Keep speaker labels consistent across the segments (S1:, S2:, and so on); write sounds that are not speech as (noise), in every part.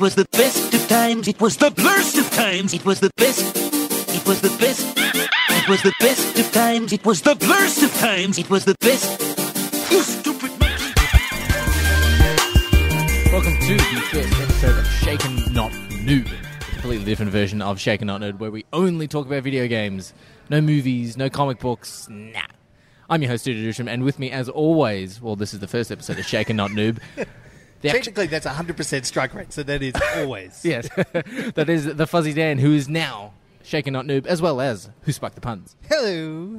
S1: was the best of times. It was the blurst of times. It was the best. It was the best. It was the best of times. It was the blurst of times. It was the best. You stupid monkey.
S2: Welcome to the first episode of Shaken Not Noob, a completely different version of Shaken Not Noob, where we only talk about video games, no movies, no comic books, nah. I'm your host, Studio Dusham, and with me, as always, well, this is the first episode of Shaken Not Noob. The act-
S3: Technically, that's 100% strike rate, so (laughs) that is always.
S2: (laughs) yes, (laughs) that is the Fuzzy Dan, who is now Shaken Not Noob, as well as Who Spiked the Puns.
S3: Hello.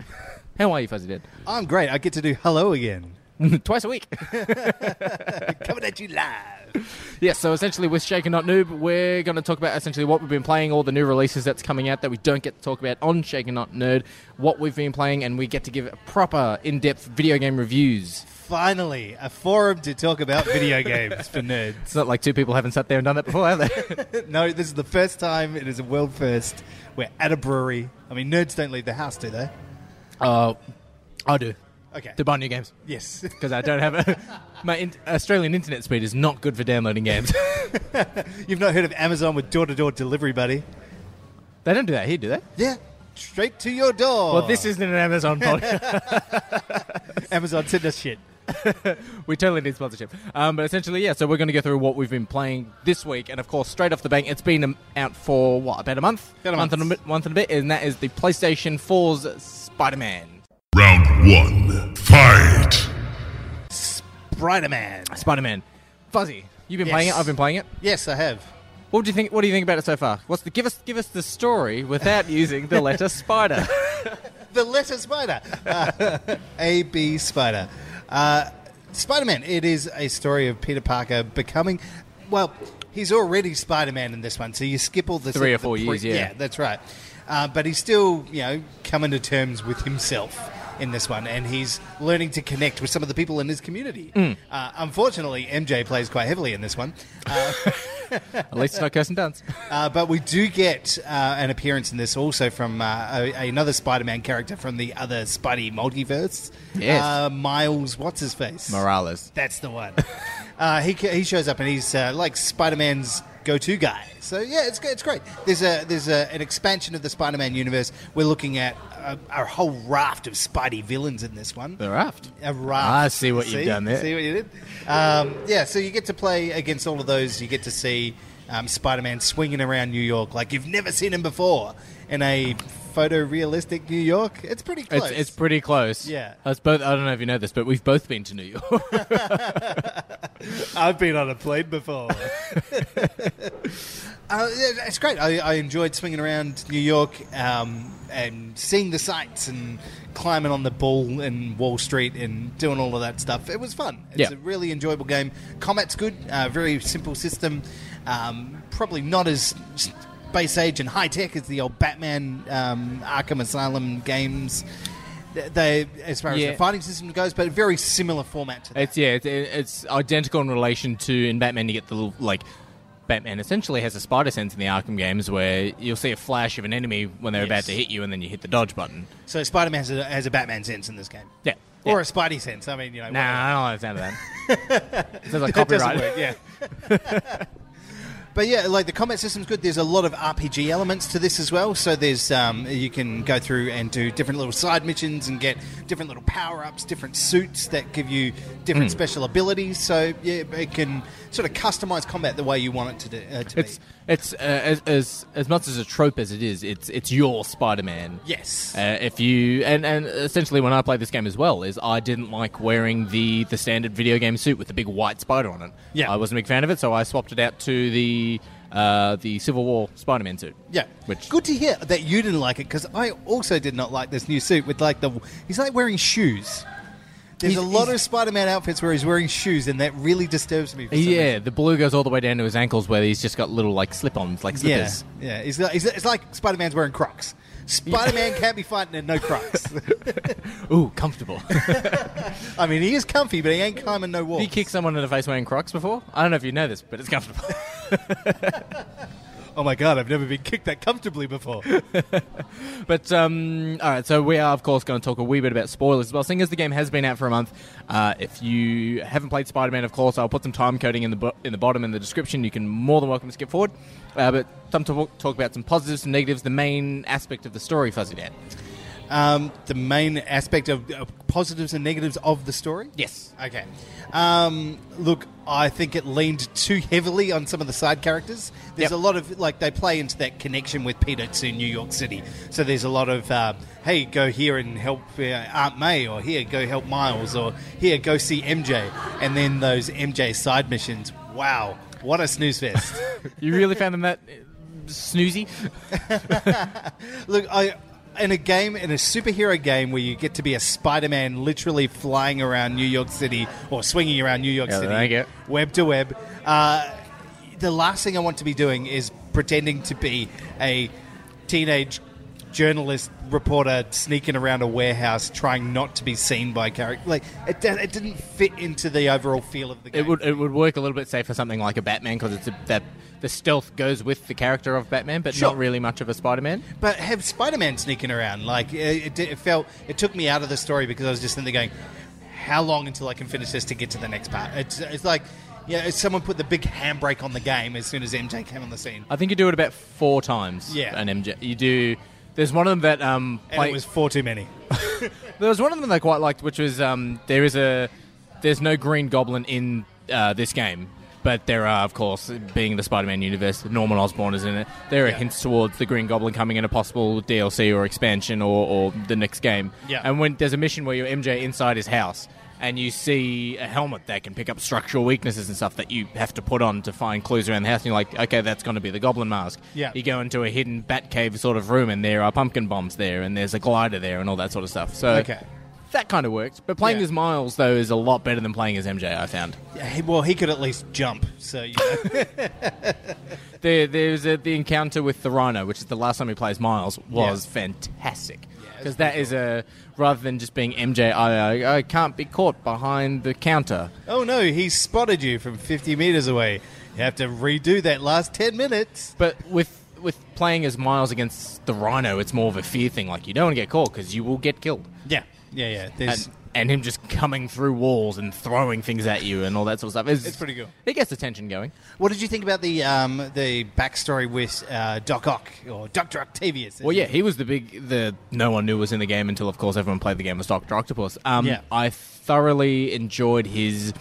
S2: How are you, Fuzzy Dan?
S3: I'm great. I get to do hello again.
S2: (laughs) Twice a week.
S3: Coming at you live.
S2: Yes, so essentially with Shaken Not Noob, we're going to talk about essentially what we've been playing, all the new releases that's coming out that we don't get to talk about on Shaken Not Nerd, what we've been playing, and we get to give proper, in depth video game reviews.
S3: Finally, a forum to talk about video (laughs) games for nerds.
S2: It's not like two people haven't sat there and done that before, have they?
S3: No, this is the first time. It is a world first. We're at a brewery. I mean, nerds don't leave the house, do they?
S2: (laughs) uh, I do.
S3: Okay.
S2: To buy new games.
S3: Yes.
S2: Because I don't have a. (laughs) My in- Australian internet speed is not good for downloading games.
S3: (laughs) You've not heard of Amazon with door to door delivery, buddy?
S2: they don't do that here, do they?
S3: Yeah. Straight to your door.
S2: Well, this isn't an Amazon (laughs) podcast.
S3: Amazon send us shit.
S2: we totally need sponsorship. Um, but essentially, yeah, so we're going to go through what we've been playing this week. And of course, straight off the bank, it's been um, out for, what, about a month?
S3: About a
S2: month, and a
S3: month.
S2: bit, month and a bit. And that is the PlayStation 4's Spider Man.
S4: Round one, fight!
S3: Spider Man.
S2: Spider Man. Fuzzy, you've been
S3: Yes.
S2: playing it? I've been playing it.
S3: Yes, I have.
S2: What do you think? What do you think about it so far? What's the give us give us the story
S3: (laughs)
S2: without using the letter spider?
S3: the letter spider. Uh, (laughs) AB Spider. Uh, Spider Man, it is a story of Peter Parker becoming, well, he's already Spider Man in this one, so you skip all the
S2: Three or
S3: the
S2: four years, yeah.
S3: Yeah, that's right. Uh, but he's still, you know, coming to terms with himself in this one, and he's learning to connect with some of the people in his community.
S2: Mm.
S3: Uh, unfortunately, MJ plays quite heavily in this one.
S2: At least it's not Kirsten
S3: (laughs)
S2: Dunst.
S3: Uh, but we do get uh, an appearance in this also from uh, a, another Spider-Man character from the other Spidey multiverse.
S2: Yes.
S3: uh, Miles. What's his face?
S2: Morales.
S3: That's the one. (laughs) uh, he ca- he shows up and he's uh, like Spider-Man's go-to guy. So yeah, it's g- it's great. There's a there's a, an expansion of the Spider-Man universe. We're looking at a, a whole raft of Spidey villains in this one.
S2: The raft.
S3: A raft.
S2: I see what you've done there.
S3: See what you did? Um, yeah, so you get to play against all of those. You get to see um, Spider Man swinging around New York like you've never seen him before in a photorealistic New York. It's pretty close.
S2: It's, it's pretty close.
S3: Yeah.
S2: Us both. I don't know if you know this, but we've both been to New York.
S3: I've been on a plane before. (laughs) Uh, yeah, it's great. I, I enjoyed swinging around New York um, and seeing the sights and climbing on the bull in Wall Street and doing all of that stuff. It was fun. It's
S2: Yeah.
S3: a really enjoyable game. Combat's good. Uh, very simple system. Um, probably not as space age and high tech as the old Batman um, Arkham Asylum games. Th- They, as far
S2: Yeah.
S3: as the fighting system goes, but a very similar format to that.
S2: It's yeah, it's, it's identical in relation to in Batman. You get the little like Batman essentially has a spider sense in the Arkham games, where you'll see a flash of an enemy when they're about
S3: Yes.
S2: to hit you, and then you hit the dodge button.
S3: So Spider Man has, a- has a Batman sense in this game.
S2: Yeah.
S3: Or
S2: yeah.
S3: a Spidey sense. I mean, you know.
S2: nah, I
S3: whatever.
S2: don't like the sound of that. (laughs) Sounds like
S3: That doesn't
S2: copyright.
S3: work, yeah.
S2: (laughs)
S3: (laughs) But yeah, like the combat system's good. There's a lot of RPG elements to this as well. So there's um, you can go through and do different little side missions and get different little power ups, different suits that give you different
S2: Hmm.
S3: special abilities. So yeah, it can sort of customize combat the way you want it to, do, uh, to
S2: It's
S3: be.
S2: it's uh, as, as as much as a trope as it is. It's it's your Spider Man.
S3: Yes.
S2: Uh, if you and, and essentially when I played this game as well is I didn't like wearing the the standard video game suit with the big white spider on it.
S3: Yeah.
S2: I wasn't a big fan of it, so I swapped it out to the uh, the Civil War Spider Man suit.
S3: Yeah,
S2: which
S3: good to hear that you didn't like it because I also did not like this new suit with like the he's like wearing shoes. There's
S2: He's-
S3: a lot
S2: he's-
S3: of Spider-Man outfits where he's wearing shoes, and that really disturbs me. For some
S2: yeah,
S3: reason.
S2: the blue goes all the way down to his ankles where he's just got little like slip ons like
S3: yeah,
S2: slippers.
S3: yeah. It's like, it's- it's like Spider-Man's wearing Crocs. Spider-Man can't be fighting in no Crocs.
S2: Ooh, comfortable. (laughs)
S3: I mean, he is comfy, but he ain't climbing no walls.
S2: Have you kicked someone in the face wearing Crocs before? I don't know if you know this, but it's comfortable.
S3: oh my god, I've never been kicked that comfortably before.
S2: But um, all right, so we are of course going to talk a wee bit about spoilers as well. Seeing as the game has been out for a month, uh, if you haven't played Spider-Man, of course, I'll put some time coding in the bo- in the bottom in the description. You can more than welcome to skip forward. Uh, but some talk, talk about some positives and negatives. The main aspect of the story, Fuzzy Dan.
S3: Um, the main aspect of of positives and negatives of the story?
S2: Yes.
S3: Okay. Um, look, I think it leaned too heavily on some of the side characters. There's
S2: Yep.
S3: a lot of, like, they play into that connection with Peter to New York City. So there's a lot of, uh, hey, go here and help uh, Aunt May, or here, go help Miles, or here, go see MJ. And then those MJ side missions. Wow. What a snooze fest.
S2: You really found them that uh, snoozy?
S3: Look, I in a game in a superhero game where you get to be a Spider-Man, literally flying around New York City or swinging around New York
S2: Yeah,
S3: City,
S2: thank you.
S3: web to web. Uh, the last thing I want to be doing is pretending to be a teenage journalist reporter sneaking around a warehouse trying not to be seen by character like it, do- it didn't fit into the overall feel of the game
S2: It would it would work a little bit safe for something like a Batman because it's a, that the stealth goes with the character of Batman, but
S3: Sure.
S2: not really much of a Spider-Man.
S3: But have Spider-Man sneaking around like it, it, it felt it took me out of the story because I was just in there going, how long until I can finish this to get to the next part? It's, it's like yeah, it's someone put the big handbrake on the game as soon as MJ came on the scene,
S2: I think you do it about four times.
S3: Yeah.
S2: an MJ. You do. There's one of them that um.
S3: and
S2: play-
S3: it was far too many.
S2: There was one of them that I quite liked, which was um, there is a there's no Green Goblin in uh, this game, but there are, of course, being the Spider-Man universe, Norman Osborn is in it. There are
S3: Yeah.
S2: hints towards the Green Goblin coming in a possible DLC or expansion or, or the next game.
S3: Yeah.
S2: And when there's a mission where you're MJ inside his house. And you see a helmet that can pick up structural weaknesses and stuff that you have to put on to find clues around the house. And you're like, okay, that's going to be the Goblin Mask.
S3: Yeah.
S2: You go into a hidden bat cave sort of room, and there are pumpkin bombs there, and there's a glider there, and all that sort of stuff. So
S3: Okay.
S2: that kind of worked. But playing
S3: Yeah.
S2: as Miles though is a lot better than playing as MJ. I found
S3: Yeah, he- well, he could at least jump, so you (laughs) know.
S2: there, there's a, the encounter with the Rhino, which is the last time he plays Miles, was
S3: Yeah.
S2: fantastic
S3: it's
S2: because that is a rather than just being MJ. I, I, I can't be caught behind the counter.
S3: oh no, he spotted you from fifty meters away. You have to redo that last ten minutes.
S2: But with with playing as Miles against the Rhino, it's more of a fear thing. Like you don't want to get caught because you will get killed.
S3: Yeah, yeah, yeah. There's
S2: and, and him just coming through walls and throwing things at you and all that sort of stuff. It's,
S3: It's pretty cool.
S2: It gets the tension going.
S3: What did you think about the um, the backstory with uh, Doc Ock or Doctor Octavius?
S2: Well, yeah, he was the big the no one knew was in the game until, of course, everyone played the game as Doctor Octopus. Um,
S3: Yeah.
S2: I thoroughly enjoyed his.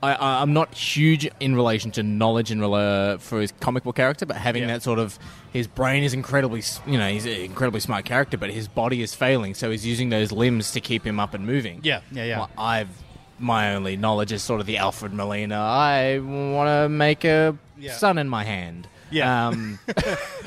S2: I, I, I'm not huge in relation to knowledge in rela- for his comic book character, but having
S3: Yeah.
S2: that sort of his brain is incredibly, s- you know, he's an incredibly smart character, but his body is failing, so he's using those limbs to keep him up and moving.
S3: Yeah, yeah, yeah.
S2: Well, I've my only knowledge is sort of the Alfred Molina. I want to make a
S3: Yeah.
S2: sun in my hand.
S3: Yeah.
S2: Um,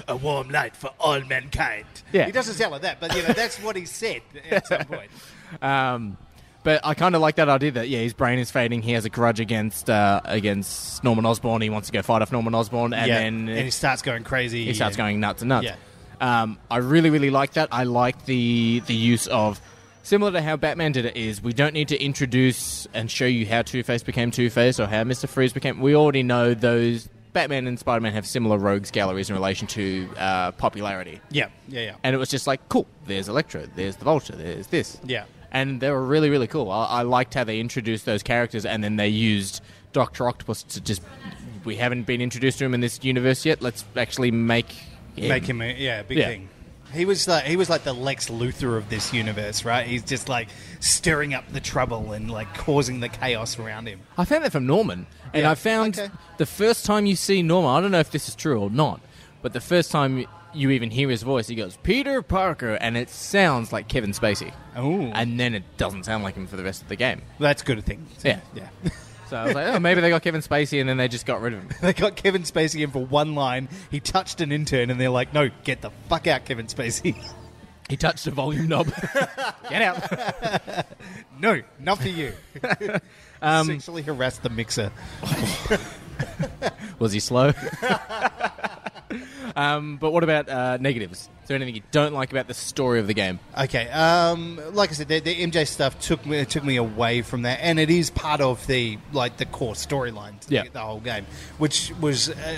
S3: a warm night for all mankind.
S2: Yeah.
S3: He doesn't sound like that, but you know that's what he said (laughs) at some point.
S2: Um, but I kind of like that idea that yeah, his brain is fading. He has a grudge against uh, against Norman Osborn. He wants to go fight off Norman Osborn, and
S3: yeah.
S2: then
S3: and he starts going crazy.
S2: he starts
S3: and-
S2: going nuts and nuts.
S3: Yeah.
S2: Um, I really really like that. I like the the use of similar to how Batman did it is we don't need to introduce and show you how Two Face became Two Face or how Mister Freeze became. We already know those Batman and Spider Man have similar rogues galleries in relation to uh, popularity.
S3: Yeah, yeah, yeah.
S2: And it was just like, cool, there's Electro, there's the Vulture, there's this.
S3: Yeah.
S2: And they were really, really cool. I, I liked how they introduced those characters and then they used Dr. Octopus to just, we haven't been introduced to him in this universe yet. Let's actually make him.
S3: Make him a, yeah, big
S2: Yeah.
S3: thing. He was like he was like the Lex Luthor of this universe, right? He's just like stirring up the trouble and like causing the chaos around him.
S2: I found that from Norman. And
S3: Yeah,
S2: I found
S3: okay.
S2: the first time you see Norman, I don't know if this is true or not, but the first time you even hear his voice, he goes, Peter Parker, and it sounds like Kevin Spacey.
S3: Ooh.
S2: And then it doesn't sound like him for the rest of the game.
S3: That's a good thing. So,
S2: Yeah.
S3: yeah. (laughs)
S2: So I was like, oh, maybe they got Kevin Spacey and then they just got rid of him.
S3: They got Kevin Spacey in for one line. He touched an intern, and they're like, "No, get the fuck out, Kevin Spacey." (laughs)
S2: He touched the volume knob. (laughs) Get out.
S3: no, not for you.
S2: Um,
S3: Sexually harassed the mixer.
S2: (laughs) Was he slow? (laughs) um, but what about uh, negatives? Is there anything you don't like about the story of the game?
S3: Okay, um, like I said, the, the MJ stuff took me took me away from that, and it is part of the like the core storyline, to the-
S2: Yeah.
S3: the whole game, which was uh,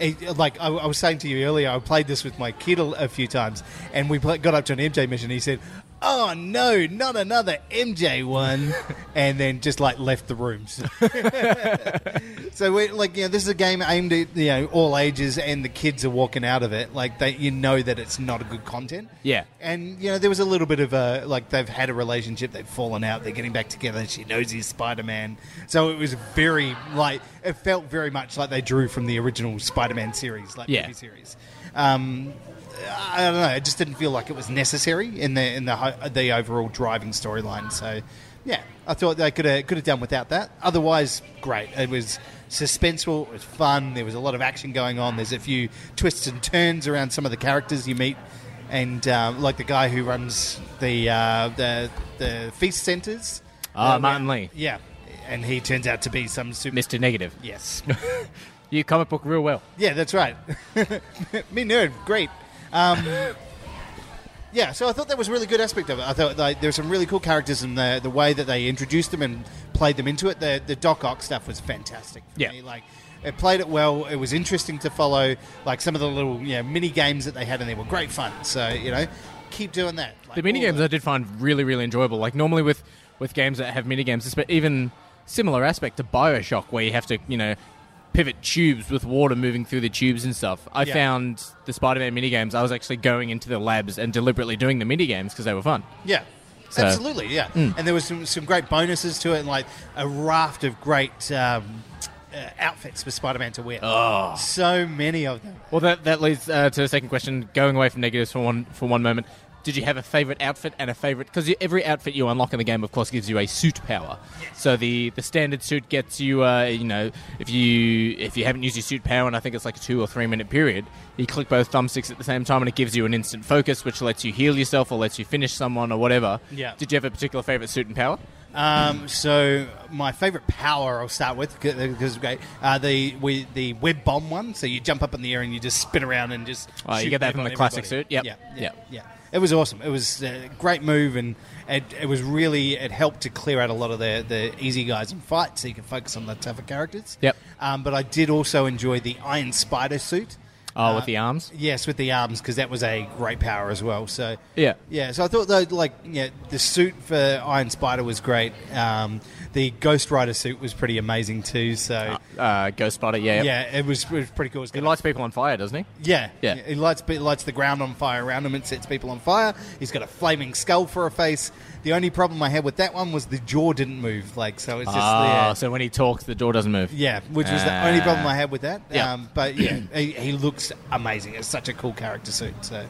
S3: it, like I, I was saying to you earlier, I played this with my kid a, a few times, and we pla got up to an MJ mission. And he said, "Oh no, not another MJ one," and then just like left the rooms. (laughs) So we like you know this is a game aimed at you know all ages and the kids are walking out of it like they you know that it's not a good content.
S2: Yeah.
S3: And you know there was a little bit of a like they've had a relationship they've fallen out they're getting back together she knows he's Spider-Man. So it was very like it felt very much like they drew from the original Spider-Man series like
S2: Yeah.
S3: movie series. Um I don't know. It just didn't feel like it was necessary in the in the ho- the overall driving storyline. So, yeah, I thought they could have could have done without that. Otherwise, great. It was suspenseful. It was fun. There was a lot of action going on. There's a few twists and turns around some of the characters you meet, and um, like the guy who runs the uh, the the feast centers.
S2: Ah,
S3: Uh,
S2: Martin Lee.
S3: Yeah, and he turns out to be some super.
S2: Mr. Negative.
S3: Yes.
S2: You comic book real well.
S3: Yeah, that's right. (laughs) Me nerd, great. Um, yeah, so I thought that was a really good aspect of it. I thought like, there were some really cool characters and the the way that they introduced them and played them into it. The the Doc Ock stuff was fantastic. For
S2: Yeah.
S3: me. like it played it well. It was interesting to follow. Like some of the little you know, mini games that they had and they were great fun. So you know, keep doing that. Like,
S2: The mini
S3: all
S2: games I did find really, really enjoyable. Like normally with with games that have mini games, but even similar aspect to Bioshock, where you have to you know pivot tubes with water moving through the tubes and stuff. I
S3: Yeah.
S2: found the Spider-Man mini games. I was actually going into the labs and deliberately doing the mini games because they were fun.
S3: Yeah.
S2: So-
S3: Absolutely, yeah. And there was some, some great bonuses to it, and like a raft of great um, uh, outfits for Spider-Man to wear. Oh. So many of them.
S2: Well, that that leads uh, to the second question. Going away from negatives for one for one moment. Did you have a favorite outfit and a favorite? Because every outfit you unlock in the game, of course, gives you a suit power. So the, the standard suit gets you, uh, you know, if you if you haven't used your suit power, and I think it's like a two or three minute period, you click both thumbsticks at the same time, and it gives you an instant focus, which lets you heal yourself or lets you finish someone or whatever.
S3: Yeah.
S2: Did you have a particular favorite suit and power?
S3: Um, so my favorite power I'll start with because great. Uh, the we, the web bomb one. So you jump up in the air and you just spin around and just.
S2: Oh, you
S3: shoot
S2: get that
S3: web
S2: from
S3: on
S2: the classic
S3: everybody.
S2: suit. Yep.
S3: Yeah, yeah,
S2: Yep.
S3: yeah. It was awesome. It was a great move, and it, it was really it helped to clear out a lot of the, the easy guys and fight, so you can focus on the tougher characters.
S2: Yep.
S3: Um, but I did also enjoy the Iron Spider suit.
S2: Oh,
S3: Uh,
S2: with the arms.
S3: Yes, with the arms because that was a great power as well. So
S2: Yeah.
S3: yeah. So I thought though, like yeah, the suit for Iron Spider was great. Um, the Ghost Rider suit was pretty amazing too. So
S2: Uh, Ghost Spider. Yeah. Yeah.
S3: yeah, it was, it was pretty cool. It's
S2: He
S3: got-
S2: lights people on fire, doesn't he?
S3: yeah,
S2: Yeah.
S3: He lights he lights the ground on fire around him and sets people on fire. He's got a flaming skull for a face. The only problem I had with that one was the jaw didn't move. Like so, it's just
S2: Ah,
S3: yeah.
S2: so when he talks, the door doesn't move.
S3: Yeah, which was
S2: Ah.
S3: the only problem I had with that.
S2: Yeah.
S3: Um, but yeah, he, he looks amazing. It's such a cool character suit. So,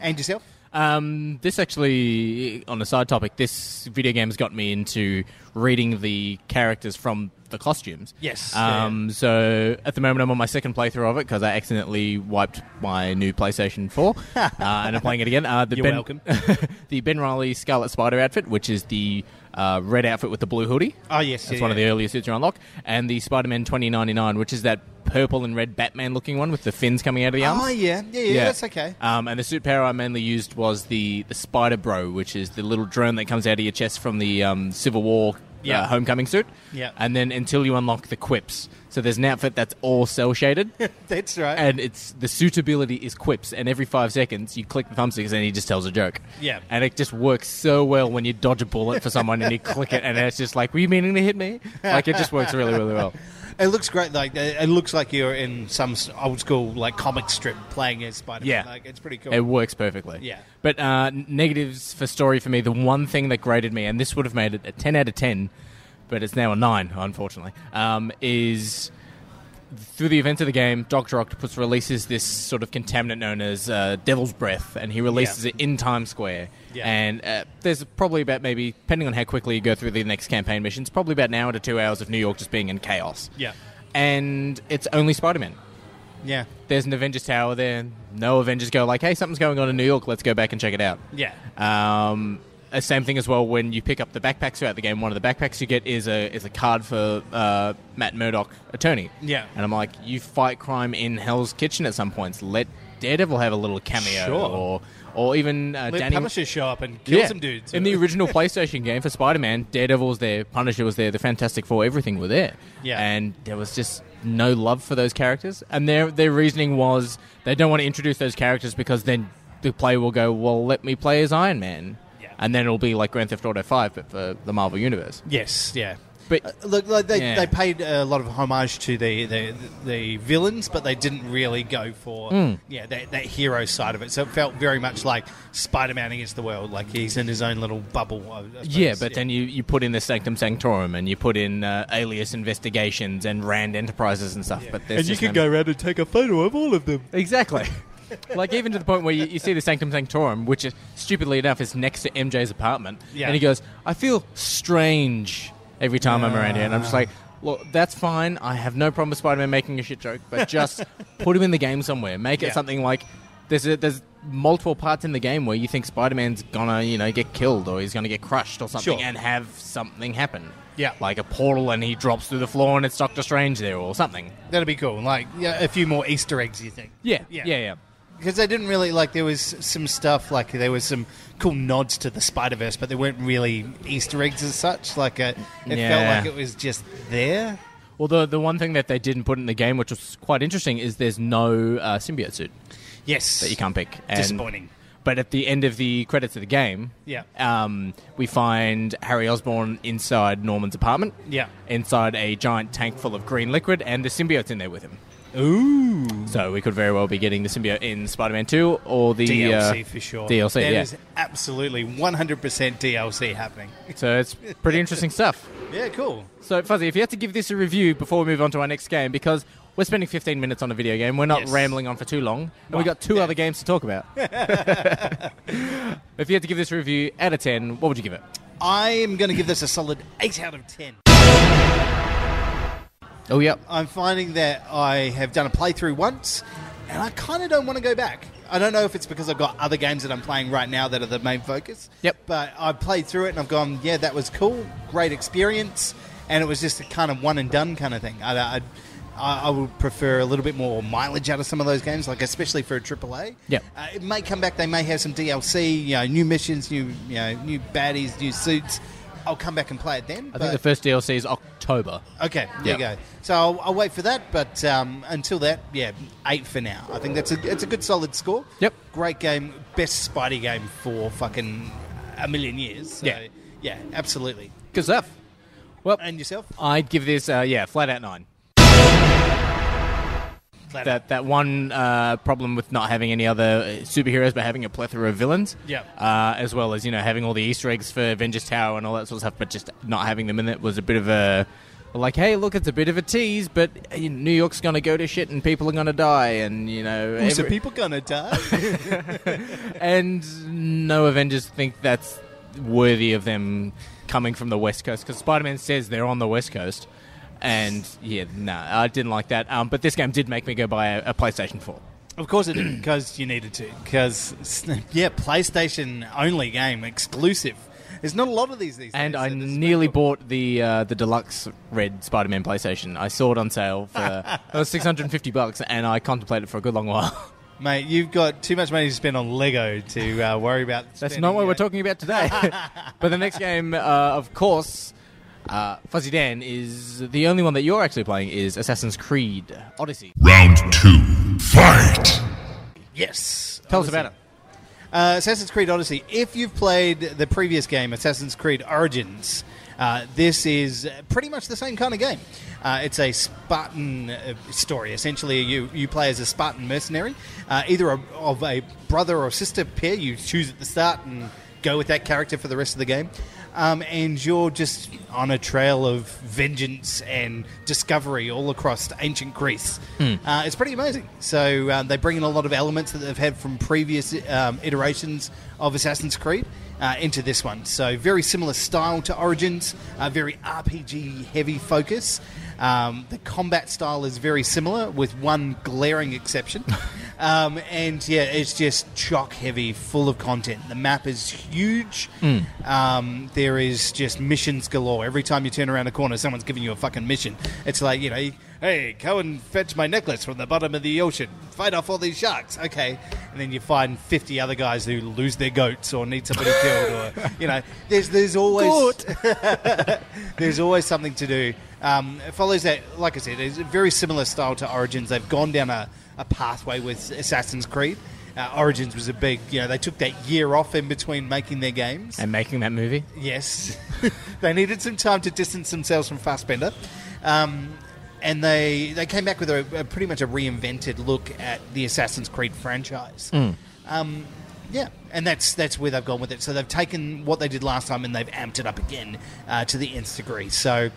S3: and yourself?
S2: Um, this actually, on a side topic, this video game's got me into reading the characters from the costumes.
S3: Yes.
S2: Um, So at the moment, I'm on my second playthrough of it because I accidentally wiped my new PlayStation
S3: (laughs)
S2: 4, uh, and I'm playing it again. Uh, the
S3: You're
S2: ben,
S3: welcome.
S2: (laughs) the Ben Riley Scarlet Spider outfit, which is the uh, red outfit with the blue hoodie.
S3: Oh, yes,
S2: that's
S3: yeah,
S2: one of the
S3: yeah.
S2: earlier suits you unlock, and the Spider-Man 2099, which is that purple and red Batman-looking one with the fins coming out of the arms.
S3: Oh yeah, yeah, yeah, That's okay. (laughs)
S2: Um, and the suit power I mainly used was the, the Spider Bro, which is the little drone that comes out of your chest from the um, Civil War
S3: Yeah.
S2: uh, Homecoming suit.
S3: Yeah.
S2: And then until you unlock the quips. So there's an outfit that's all cell
S3: (laughs)
S2: shaded.
S3: That's right.
S2: And it's the suitability is quips, and every five seconds you click the thumbsticks, and he just tells a joke.
S3: Yeah.
S2: and it just works so well when you dodge a bullet for someone, and you click it, and it's just like, "Were you meaning to hit
S3: (laughs)
S2: me?" Like it just works really, really well.
S3: It looks great. Like it looks like you're in some s- old school like comic strip playing as Spider-Man.
S2: Yeah.
S3: like it's pretty cool.
S2: It works perfectly.
S3: Yeah.
S2: But uh, n- negatives for story for me, the one thing that graded me, and this would have made it a 10 out of 10, but it's now a 9, unfortunately, um, is through the events of the game, Dr. Octopus releases this sort of contaminant known as uh, Devil's Breath, and he releases it in Times Square.
S3: Yeah.
S2: And uh, there's probably about maybe, depending on how quickly you go through the next campaign missions, probably about an hour to two hours of New York just being in chaos.
S3: Yeah.
S2: And it's only Spider Man
S3: yeah,
S2: there's an Avengers Tower there. No Avengers go like, hey, something's going on in New York. Let's go back and check it out.
S3: yeah,
S2: Um, uh, same thing as well when you pick up the backpacks throughout the game. One of the backpacks you get is a is a card for uh, Matt Murdock, attorney.
S3: Yeah.
S2: and I'm like, you fight crime in Hell's Kitchen at some points. Let Daredevil have a little cameo,
S3: Sure.
S2: or or even uh,
S3: Let
S2: Danny.
S3: publishers show up and kill some dudes.
S2: In the original PlayStation game for Spider Man, Daredevil was there, Punisher was there, the Fantastic Four, everything were there.
S3: Yeah.
S2: And there was just no love for those characters. And their their reasoning was they don't want to introduce those characters because then the player will go, Well, let me play as Iron Man.
S3: Yeah.
S2: And then it'll be like Grand Theft Auto Five but for the Marvel universe.
S3: yes, yeah.
S2: But
S3: Uh, Look, like they,
S2: Yeah.
S3: they paid a lot of homage to the, the the villains, but they didn't really go for
S2: Hmm.
S3: yeah that, that hero side of it. So it felt very much like Spider-Man against the world, like he's in his own little bubble. I- I suppose.
S2: Yeah, but then you, you put in the Sanctum Sanctorum and you put in uh, Alias Investigations and Rand Enterprises and stuff. But there's just no-
S3: around and take a photo of all of them.
S2: Exactly. (laughs) like even to the point where you, you see the Sanctum Sanctorum, which is stupidly enough is next to MJ's apartment,
S3: Yeah.
S2: and he goes, "I feel strange every time I'm around here," and I'm just like. Look, that's fine. I have no problem with Spider-Man making a shit joke, but
S3: (laughs)
S2: just put him in the game somewhere. Make it
S3: Yeah.
S2: something like there's a, there's multiple parts in the game where you think Spider-Man's gonna you know get killed or he's gonna get crushed or something,
S3: Sure.
S2: and have something happen.
S3: Yeah.
S2: like a portal and he drops through the floor and it's Doctor Strange there or something.
S3: That'd be cool. Like yeah, a few more Easter eggs, you think?
S2: Yeah, yeah,
S3: Yeah.
S2: yeah. yeah.
S3: Because they didn't really like there was some stuff like there was some cool nods to the Spider Verse, but they weren't really Easter eggs as such. Like uh, it felt
S2: Yeah.
S3: like it was just there.
S2: Well, the the one thing that they didn't put in the game, which was quite interesting, is there's no uh, symbiote suit
S3: Yes,
S2: that you can't pick. And-
S3: Disappointing.
S2: But at the end of the credits of the game,
S3: Yeah.
S2: um, we find Harry Osborn inside Norman's apartment.
S3: Yeah.
S2: inside a giant tank full of green liquid, and the symbiote's in there with him.
S3: Ooh.
S2: So we could very well be getting the symbiote in Spider-Man Two or the
S3: DLC
S2: uh,
S3: for sure.
S2: DLC,
S3: That
S2: yeah.
S3: is absolutely 100% DLC happening.
S2: So it's pretty interesting stuff.
S3: Yeah, cool.
S2: So, Fuzzy, if you had to give this a review before we move on to our next game, because we're spending 15 minutes on a video game, we're not
S3: Yes.
S2: rambling on for too long, and we've got two other games to talk
S3: (laughs)
S2: about. (laughs) if you had to give this a review out of 10, what would you give it?
S3: I am going to give this a solid 8 out of 10.
S2: Oh, yep.
S3: I'm finding that I have done a playthrough once, and I kind of don't want to go back. I don't know if it's because I've got other games that I'm playing right now that are the main focus.
S2: Yep.
S3: But I played through it and I've gone, yeah, that was cool, great experience, and it was just a kind of one and done kind of thing. I, I, I I would prefer a little bit more mileage out of some of those games, like especially for a AAA.
S2: Yep.
S3: Uh, it may come back. They may have some DLC, you know, new missions, new you know, new baddies, new suits. I'll come back and play it then.
S2: I think the first DLC is October.
S3: Okay, there
S2: Yeah.
S3: you go. So I'll, I'll wait for that, but um, until that, yeah, eight for now. I think that's a it's a good solid score.
S2: Yep.
S3: great game, best Spidey game for fucking a million years. So,
S2: Yeah.
S3: yeah, absolutely.
S2: Good stuff. Well,
S3: And yourself?
S2: I'd give this, uh, yeah, flat out 9.
S3: Flat out.
S2: that that one uh, problem with not having any other uh, superheroes but having a plethora of villains.
S3: Yep.
S2: Uh, as well as you know having all the Easter eggs for Avengers Tower and all that sort of stuff, but just not having them in it was a bit of a like, hey, look, it's a bit of a tease, but uh, you know, New York's going to go to shit and people are going to die, and you know,
S3: Ooh, so
S2: every-
S3: people gonna die?
S2: (laughs) and no Avengers think that's worthy of them coming from the West Coast because Spider Man says they're on the West Coast. And yeah, no, I didn't like that. Um, but this game did make me go buy a, a PlayStation 4.
S3: of course it did, because you needed to. Because (laughs) yeah, PlayStation only game exclusive. There's not a lot of these these
S2: And
S3: days.
S2: I
S3: so this is
S2: nearly
S3: pretty cool.
S2: bought the uh, the deluxe red Spider-Man PlayStation. I saw it on sale (laughs) for it was 650 bucks, and I contemplated for a good long while.
S3: mate. You've got too much money to spend on Lego to uh, worry
S2: (laughs)
S3: about.
S2: That's
S3: spending,
S2: not what
S3: yeah.
S2: we're talking about today. uh, (laughs) but the next game, uh, of course, uh, Fuzzy Dan is the only one that you're actually playing is Assassin's Creed Odyssey.
S4: Round two. Fight.
S3: Yes,
S2: Tell us about it.
S3: Uh, Assassin's Creed Odyssey. If you've played the previous game, Assassin's Creed Origins, uh, this is pretty much the same kind of game. Uh, it's a Spartan uh, story. Essentially, you, you play as a Spartan mercenary, uh, either a, of a brother or sister pair. You choose at the start and go with that character for the rest of the game. Um, and you're just on a trail of vengeance and discovery all across ancient Greece. Uh, it's pretty amazing. So um, they bring in a lot of elements that they've had from previous um, iterations of Assassin's Creed uh, into this one. So very similar style to Origins, uh, very RPG heavy focus. Um, the combat style is very similar, with one glaring exception. Um, and yeah, it's just chock heavy, full of content. The map is huge. Um, there is just missions galore. Every time you turn around a corner, someone's giving you a fucking mission. It's like, you know, you- hey, go and fetch my necklace from the bottom of the ocean. Fight off all these sharks. Okay. And then you find 50 other guys who lose their goats or need somebody killed or, you know, there's, there's always
S2: Goat.
S3: there's always something to do. Um, it follows that, like I said, it's a very similar style to Origins. They've gone down a, a pathway with Assassin's Creed. Uh, Origins was a big, you know, they took that year off in between making their games.
S2: And making that movie.
S3: Yes, (laughs) they needed some time to distance themselves from Fassbender, um, and they they came back with a, a pretty much a reinvented look at the Assassin's Creed franchise. Um, yeah, and that's that's where they've gone with it. So they've taken what they did last time and they've amped it up again uh, to the nth degree. So.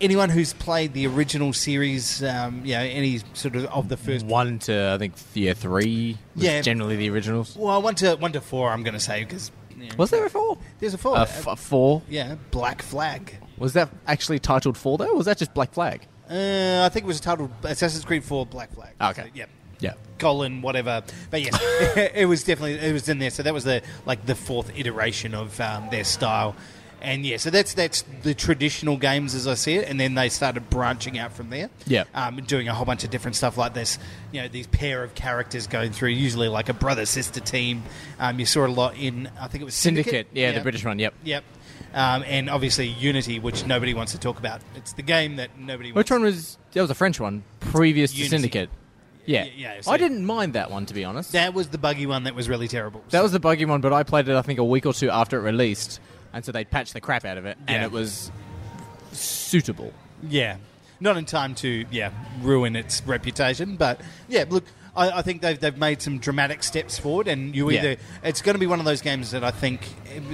S3: Anyone who's played the original series, um, you know, any sort of of the first
S2: One to, I think, yeah, three was
S3: Yeah.
S2: generally the originals.
S3: well, one to one to four, I'm going to say because
S2: Was there a four?
S3: there's a four,
S2: A f- a four?
S3: yeah, Black Flag.
S2: Was that actually titled four, though? Or was that just Black Flag?
S3: Uh, I think it was titled Assassin's Creed 4 Black Flag.
S2: Ah, Okay.
S3: So, yep.
S2: Yeah.
S3: Colon, whatever. But yes, (laughs) it was definitely it was in there. So that was the like the fourth iteration of um, their style. And yeah, so that's that's the traditional games as I see it, and then they started branching out from there.
S2: Yeah.
S3: um, doing a whole bunch of different stuff like this. You know, these pair of characters going through, usually like a brother sister team. Um, you saw it a lot in I think it was
S2: Syndicate.
S3: Syndicate.
S2: Yeah, the British one. Yep.
S3: Yep. Um, and obviously Unity, which nobody wants to talk about. It's the game that nobody.
S2: Which
S3: wants
S2: one was that was a French one previous to
S3: Unity.
S2: Syndicate? Yeah,
S3: Y- yeah, so-
S2: I didn't mind that one to be honest.
S3: That was the buggy one that was really terrible.
S2: That was the buggy one, but I played it I think a week or two after it released, and so they patched the crap out of it, and
S3: Yeah.
S2: it was suitable.
S3: yeah, not in time to yeah ruin its reputation, but yeah, look. I I think they've, they've made some dramatic steps forward, and you
S2: Yeah.
S3: either it's going to be one of those games that I think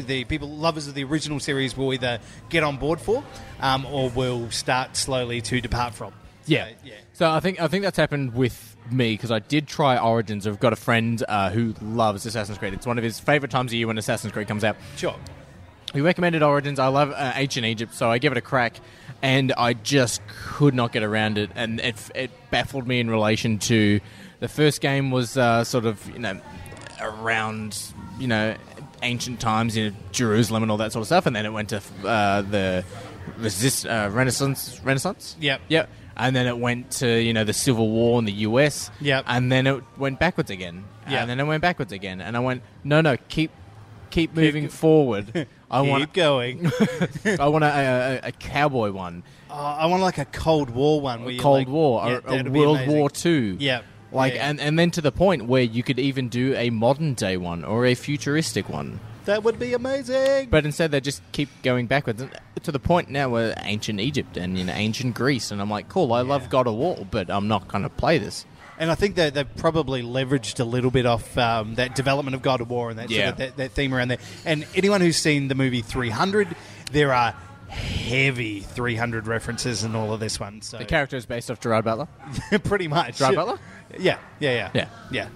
S3: the people lovers of the original series will either get on board for, um, or will start slowly to depart from.
S2: Yeah,
S3: So, yeah.
S2: So I think I think that's happened with me because I did try Origins. I've got a friend uh, who loves Assassin's Creed. It's one of his favorite times of year when Assassin's Creed comes out.
S3: Sure.
S2: He recommended Origins. I love uh, ancient Egypt, so I give it a crack, and I just could not get around it, and it, it baffled me in relation to the first game was uh, sort of you know around you know ancient times in Jerusalem and all that sort of stuff, and then it went to uh, the resist uh, Renaissance Renaissance.
S3: Yep.
S2: Yep. And then it went to you know the Civil War in the U.S.
S3: Yep.
S2: And then it went backwards again.
S3: Yep.
S2: And then it went backwards again. And I went, no, no, keep keep moving
S3: (laughs)
S2: forward. I
S3: Keep
S2: want (laughs)
S3: going. Uh,
S2: I want a, a, a- a cowboy one,
S3: (laughs) Oh, I want like a Cold War one. Where
S2: a
S3: you're
S2: Cold
S3: like-
S2: War,
S3: Yeah,
S2: or a
S3: that'd be
S2: World
S3: amazing.
S2: War Two.
S3: Yeah.
S2: Like
S3: Yeah.
S2: and and then to the point where you could even do a modern day one or a futuristic one.
S3: That would be amazing.
S2: But instead they just keep going backwards And to the point now where ancient Egypt and you know ancient Greece and I'm like, cool, I love God of War, but I'm not going to play this.
S3: And I think that they've probably leveraged a little bit off um, that development of God of War and that,
S2: Yeah.
S3: sort of, that, that theme around there. And anyone who's seen the movie 300, there are heavy 300 references in all of this one. So
S2: The character is based off Gerard Butler.
S3: (laughs) pretty much. (laughs)
S2: Gerard Butler?
S3: Yeah, yeah, yeah.
S2: Yeah.
S3: Yeah.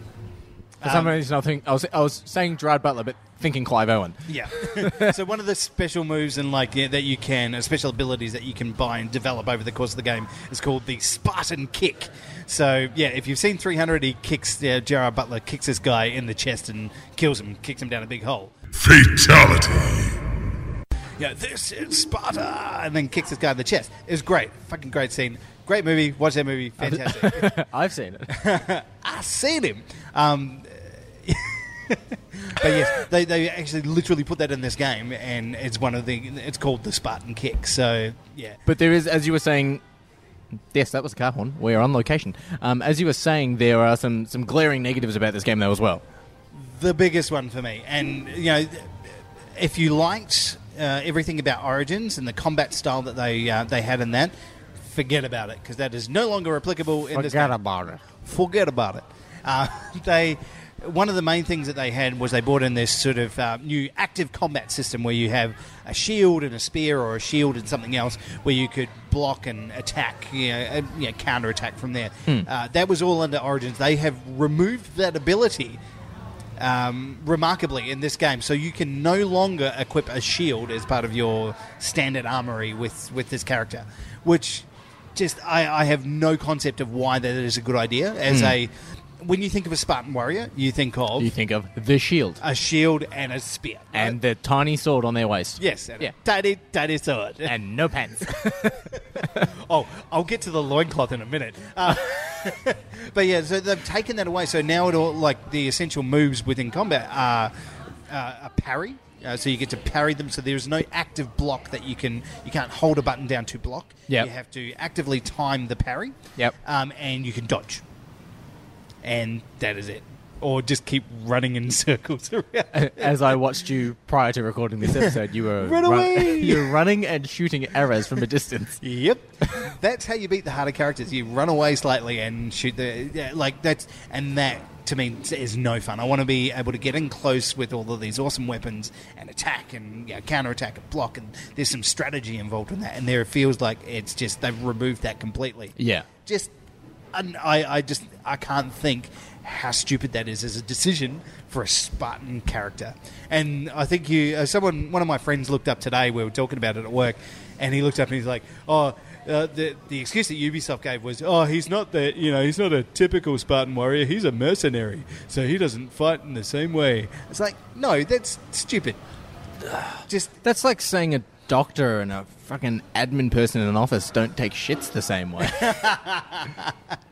S2: For some
S3: Um,
S2: reason, I think I was I was saying Gerard Butler, but thinking Clive
S3: (laughs)
S2: Owen.
S3: Yeah. so one of the special moves and like yeah, that you can, uh, special abilities that you can buy and develop over the course of the game is called the Spartan Kick. So yeah, if you've seen 300, he kicks uh, Gerard Butler kicks this guy in the chest and kills him, kicks him down a big hole.
S4: Fatality.
S3: Yeah, this is Sparta, and then kicks this guy in the chest. It was great, fucking great scene. Great movie. Watch that movie. Fantastic.
S2: I've seen it.
S3: I seen him. Um, (laughs) but yes, they, they actually literally put that in this game, and it's one of the. It's called the Spartan Kick. So yeah,
S2: But there is, as you were saying, yes, that was a car horn. We are on location. Um, as you were saying, there are some, some glaring negatives about this game though as well.
S3: the biggest one for me, and you know, if you liked uh, everything about Origins and the combat style that they uh, they had in that, forget about it because that is no longer applicable in this. game.
S2: about it.
S3: forget about it. Uh, (laughs) they one of the main things that they had was they brought in this sort of uh, new active combat system where you have a shield and a spear or a shield and something else where you could block and attack, you know, and, you know counter attack from there. Uh, that was all under Origins. They have removed that ability um, remarkably in this game. So you can no longer equip a shield as part of your standard armory with, with this character, which just I, I have no concept of why that is a good idea as a when you think of a Spartan warrior, you think of
S2: Hmm. You think of the shield
S3: a shield and a spear. right?
S2: and the tiny sword on their waist.
S3: yes, and
S2: Yeah. (laughs)
S3: a tiny, tiny sword.
S2: And no pants.
S3: Oh, I'll get to the loincloth in a minute. Uh, (laughs) but yeah, so they've taken that away. So now it all like the essential moves within combat are uh, a parry. Uh, so you get to parry them. So there is no active block that you can you can't hold a button down to block.
S2: Yep.
S3: you have to actively time the parry.
S2: Yep.
S3: um, and you can dodge, and that is it. Or just keep running in (laughs) circles around.
S2: As I watched you prior to recording this episode, you were
S3: Run away!
S2: (laughs) you were running and shooting arrows from a distance.
S3: Yep, (laughs) that's how you beat the harder characters. You run away slightly and shoot the yeah, like that's and that to me is no fun. I want to be able to get in close with all of these awesome weapons and attack and you know, counter attack and block and there's some strategy involved in that. And there it feels like it's just they've removed that completely.
S2: Yeah.
S3: just and I I just I can't think how stupid that is as a decision for a Spartan character. And I think you uh, someone one of my friends looked up today. We were talking about it at work, and he looked up and he's like, oh. Uh, the the excuse that Ubisoft gave was, oh, he's not the you know he's not a typical Spartan warrior. He's a mercenary, so he doesn't fight in the same way. It's like no, that's stupid. Just
S2: That's like saying a doctor and a fucking admin person in an office don't take shits the same way.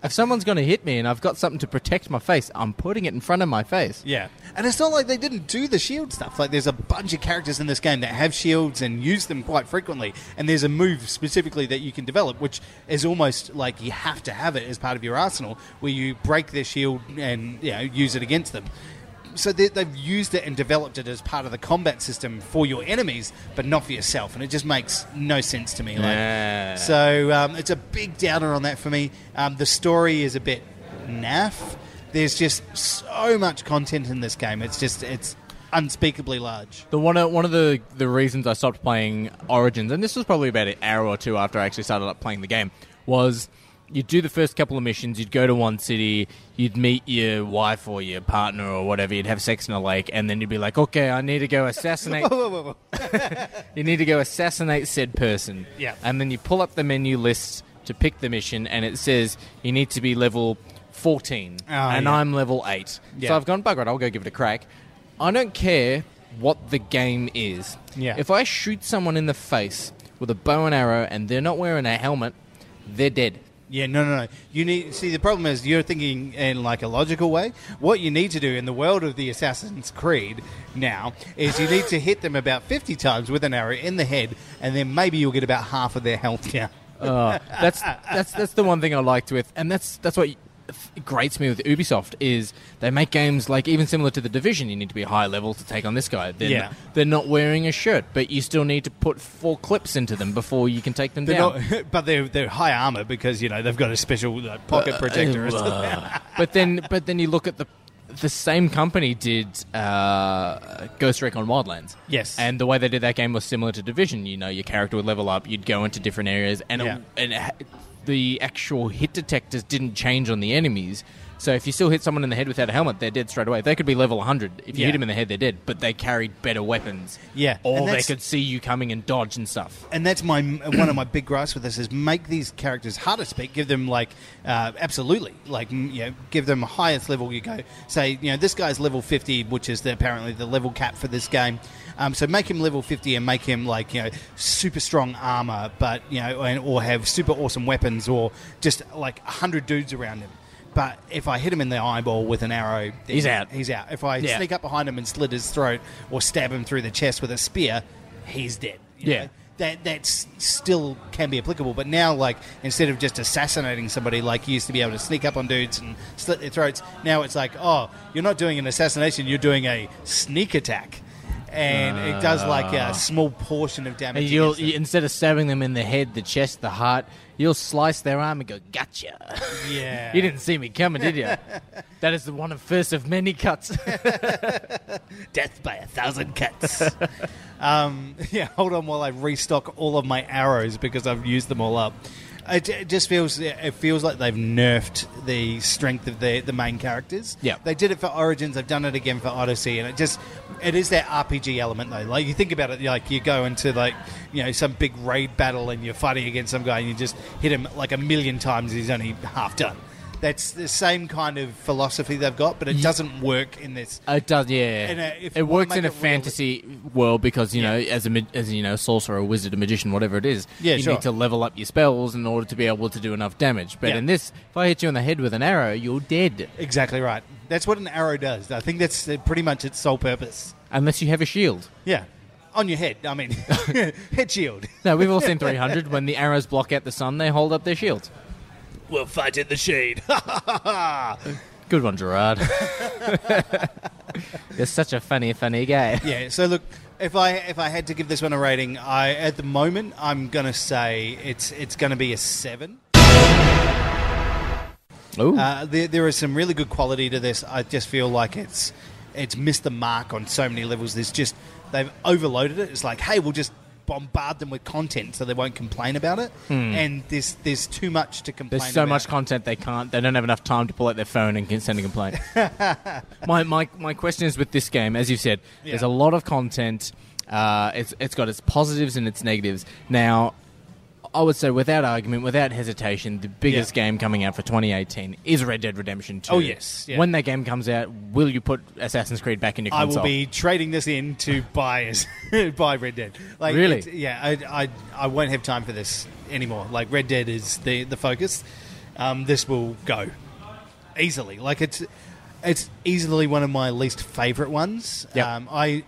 S2: if someone's going to hit me and I've got something to protect my face, I'm putting it in front of my face.
S3: Yeah. And it's not like they didn't do the shield stuff. Like, there's a bunch of characters in this game that have shields and use them quite frequently. And there's a move specifically that you can develop, which is almost like you have to have it as part of your arsenal, where you break their shield and you know, use it against them. So they, they've used it and developed it as part of the combat system for your enemies, but not for yourself. And it just makes no sense to me. Like,
S2: Yeah.
S3: so um, it's a big downer on that for me. Um, the story is a bit naff. There's just so much content in this game. It's just it's unspeakably large.
S2: The one of, one of the, the reasons I stopped playing Origins, and this was probably about an hour or two after I actually started up playing the game, was you'd do the first couple of missions, you'd go to one city, you'd meet your wife or your partner or whatever, you'd have sex in a lake, and then you'd be like, okay, I need to go assassinate.
S3: (laughs)
S2: (laughs) you need to go assassinate said person.
S3: Yeah.
S2: And then you pull up the menu list to pick the mission, and it says you need to be level 14.
S3: Oh,
S2: and
S3: yeah.
S2: I'm level 8.
S3: Yeah.
S2: So I've gone, bugger it, I'll go give it a crack. I don't care what the game is.
S3: Yeah.
S2: If I shoot someone in the face with a bow and arrow and they're not wearing a helmet, they're dead.
S3: Yeah, no, no, no. You need see the problem is you're thinking in like a logical way. What you need to do in the world of the Assassin's Creed now is you need to hit them about 50 times with an arrow in the head, and then maybe you'll get about half of their health down.
S2: Oh,
S3: (laughs)
S2: that's that's that's the one thing I liked with, and that's that's what grates me with Ubisoft is they make games like even similar to the Division. You need to be high level to take on this guy. They're
S3: Yeah.
S2: they're not wearing a shirt, but you still need to put four clips into them before you can take them
S3: They're
S2: down.
S3: not, (laughs) but they're they're high armor because you know they've got a special like,
S2: (laughs)
S3: pocket Uh, (laughs) protector. or something.
S2: but then but then you look at the the same company did uh, Ghost Recon Wildlands.
S3: Yes.
S2: And the way they did that game was similar to Division. You know, your character would level up, you'd go into different areas, and,
S3: Yeah.
S2: it, and it, ha- the actual hit detectors didn't change on the enemies. So if you still hit someone in the head without a helmet, they're dead straight away. They could be level 100. If you
S3: Yeah.
S2: hit them in the head, they're dead. But they carried better weapons.
S3: Yeah. And
S2: Or they
S3: that's-
S2: could see you coming and dodge and stuff.
S3: and that's my one of my big gripes with this is make these characters harder to speak. Give them like uh, absolutely like mm, you know, give them highest level you go. Say you know this guy's level fifty, which is the, apparently the level cap for this game. Um, so make him level fifty and make him like you know super strong armor, but you know and, or have super awesome weapons or just like hundred dudes around him. But if I hit him in the eyeball with an arrow, then
S2: He's out.
S3: He's out. If I
S2: Yeah.
S3: sneak up behind him and slit his throat or stab him through the chest with a spear, he's dead. you
S2: Yeah.
S3: know? that that's still can be applicable. But now, like instead of just assassinating somebody, like you used to be able to sneak up on dudes and slit their throats, now it's like, oh, you're not doing an assassination; you're doing a sneak attack, and it does like a small portion of damage.
S2: Ah. And you'll
S3: against them.
S2: you, instead of stabbing them in the head, the chest, the heart, you'll slice their arm and go, "Gotcha." (laughs)
S3: yeah,
S2: you didn't see me coming, did
S3: (laughs)
S2: you? that is the one of first of many cuts. (laughs)
S3: death by a thousand cuts. um, yeah, hold on while I restock all of my arrows because I've used them all up. It, it just feels it feels like they've nerfed the strength of the the main characters.
S2: Yeah.
S3: they did it for Origins. They've done it again for Odyssey, and it just it is that RPG element though. Like you think about it, like you go into like you know some big raid battle and you're fighting against some guy and you just hit him like a million times. and He's only half done. That's the same kind of philosophy they've got, but it doesn't work in this.
S2: It does, yeah.
S3: And, uh, if
S2: it
S3: we
S2: works
S3: make
S2: in a
S3: it real-
S2: fantasy world because you know, as a ma- as you know, a sorcerer, a wizard, a magician, whatever it is,
S3: Yeah,
S2: you
S3: sure.
S2: need to level up your spells in order to be able to do enough damage. But
S3: Yeah.
S2: in this, if I hit you on the head with an arrow, you're dead
S3: Exactly right. That's what an arrow does. I think that's uh, pretty much its sole purpose.
S2: unless you have a shield.
S3: Yeah. On your head. I (laughs) mean, head shield.
S2: No, we've all seen 300. When the arrows block out the sun, they hold up their shields.
S3: We'll fight in the shade. (laughs)
S2: Good one, Gerard. (laughs) You're such a funny, funny guy.
S3: yeah. So look, if I if I had to give this one a rating, I at the moment I'm gonna say it's it's gonna be a seven.
S2: Ooh.
S3: Uh, there, there is some really good quality to this. I just feel like it's it's missed the mark on so many levels. There's just they've overloaded it. It's like, hey, we'll just bombard them with content so they won't complain about it. And there's Hmm. there's too much to complain.
S2: There's so
S3: about.
S2: much content they can't. They don't have enough time to pull out their phone and can send a
S3: (laughs)
S2: complaint. my, my my question is with this game, as you said, there's
S3: Yeah.
S2: a lot of content. Uh, it's it's got its positives and its negatives. Now, I would say without argument, without hesitation, the biggest
S3: Yeah.
S2: game coming out for 2018 is Red Dead Redemption 2.
S3: Oh, yes, yeah.
S2: When that game comes out, will you put Assassin's Creed back in your
S3: I
S2: console?
S3: will be trading this in
S2: (laughs)
S3: to buy (laughs) buy Red Dead. Like,
S2: Really?
S3: it's- Yeah, I, I I won't have time for this anymore. Like Red Dead is the the focus. Um, this will go easily. Like it's it's easily one of my least favorite ones.
S2: Yep.
S3: Um, I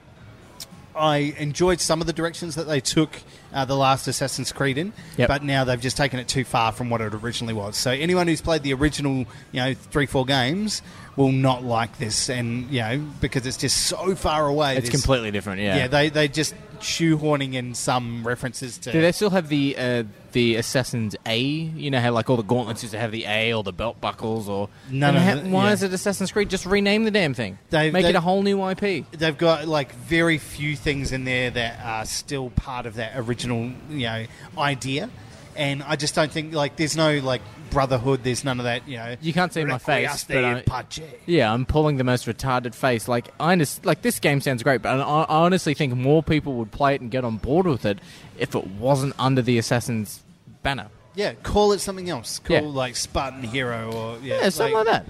S3: I enjoyed some of the directions that they took uh, the last Assassin's Creed in,
S2: Yep.
S3: but now they've just taken it too far from what it originally was. So anyone who's played the original, you know, three four games will not like this, and you know because it's just so far away.
S2: It's
S3: this-
S2: completely different.
S3: Yeah, they they just shoehorning in some references to.
S2: Do they still have the uh, the Assassin's A? You know how like all the gauntlets used to have the A or the belt buckles or And
S3: None of
S2: ha-
S3: the-
S2: Why
S3: yeah.
S2: is it Assassin's Creed? Just rename the damn thing.
S3: They-
S2: Make
S3: they-
S2: it a whole new IP.
S3: They've got like very few things in there that are still part of that original, you know, idea, and I just don't think like there's no like brotherhood. There's none of that, you know.
S2: You can't see my face,
S3: Requiescat
S2: but I-
S3: in pace.
S2: yeah, I'm pulling the most retarded face. Like I underst- like this game sounds great, but I, I honestly think more people would play it and get on board with it if it wasn't under the Assassin's banner.
S3: Yeah, call it something else. Call
S2: Yeah.
S3: like Spartan Hero or yeah,
S2: Yeah, something like that.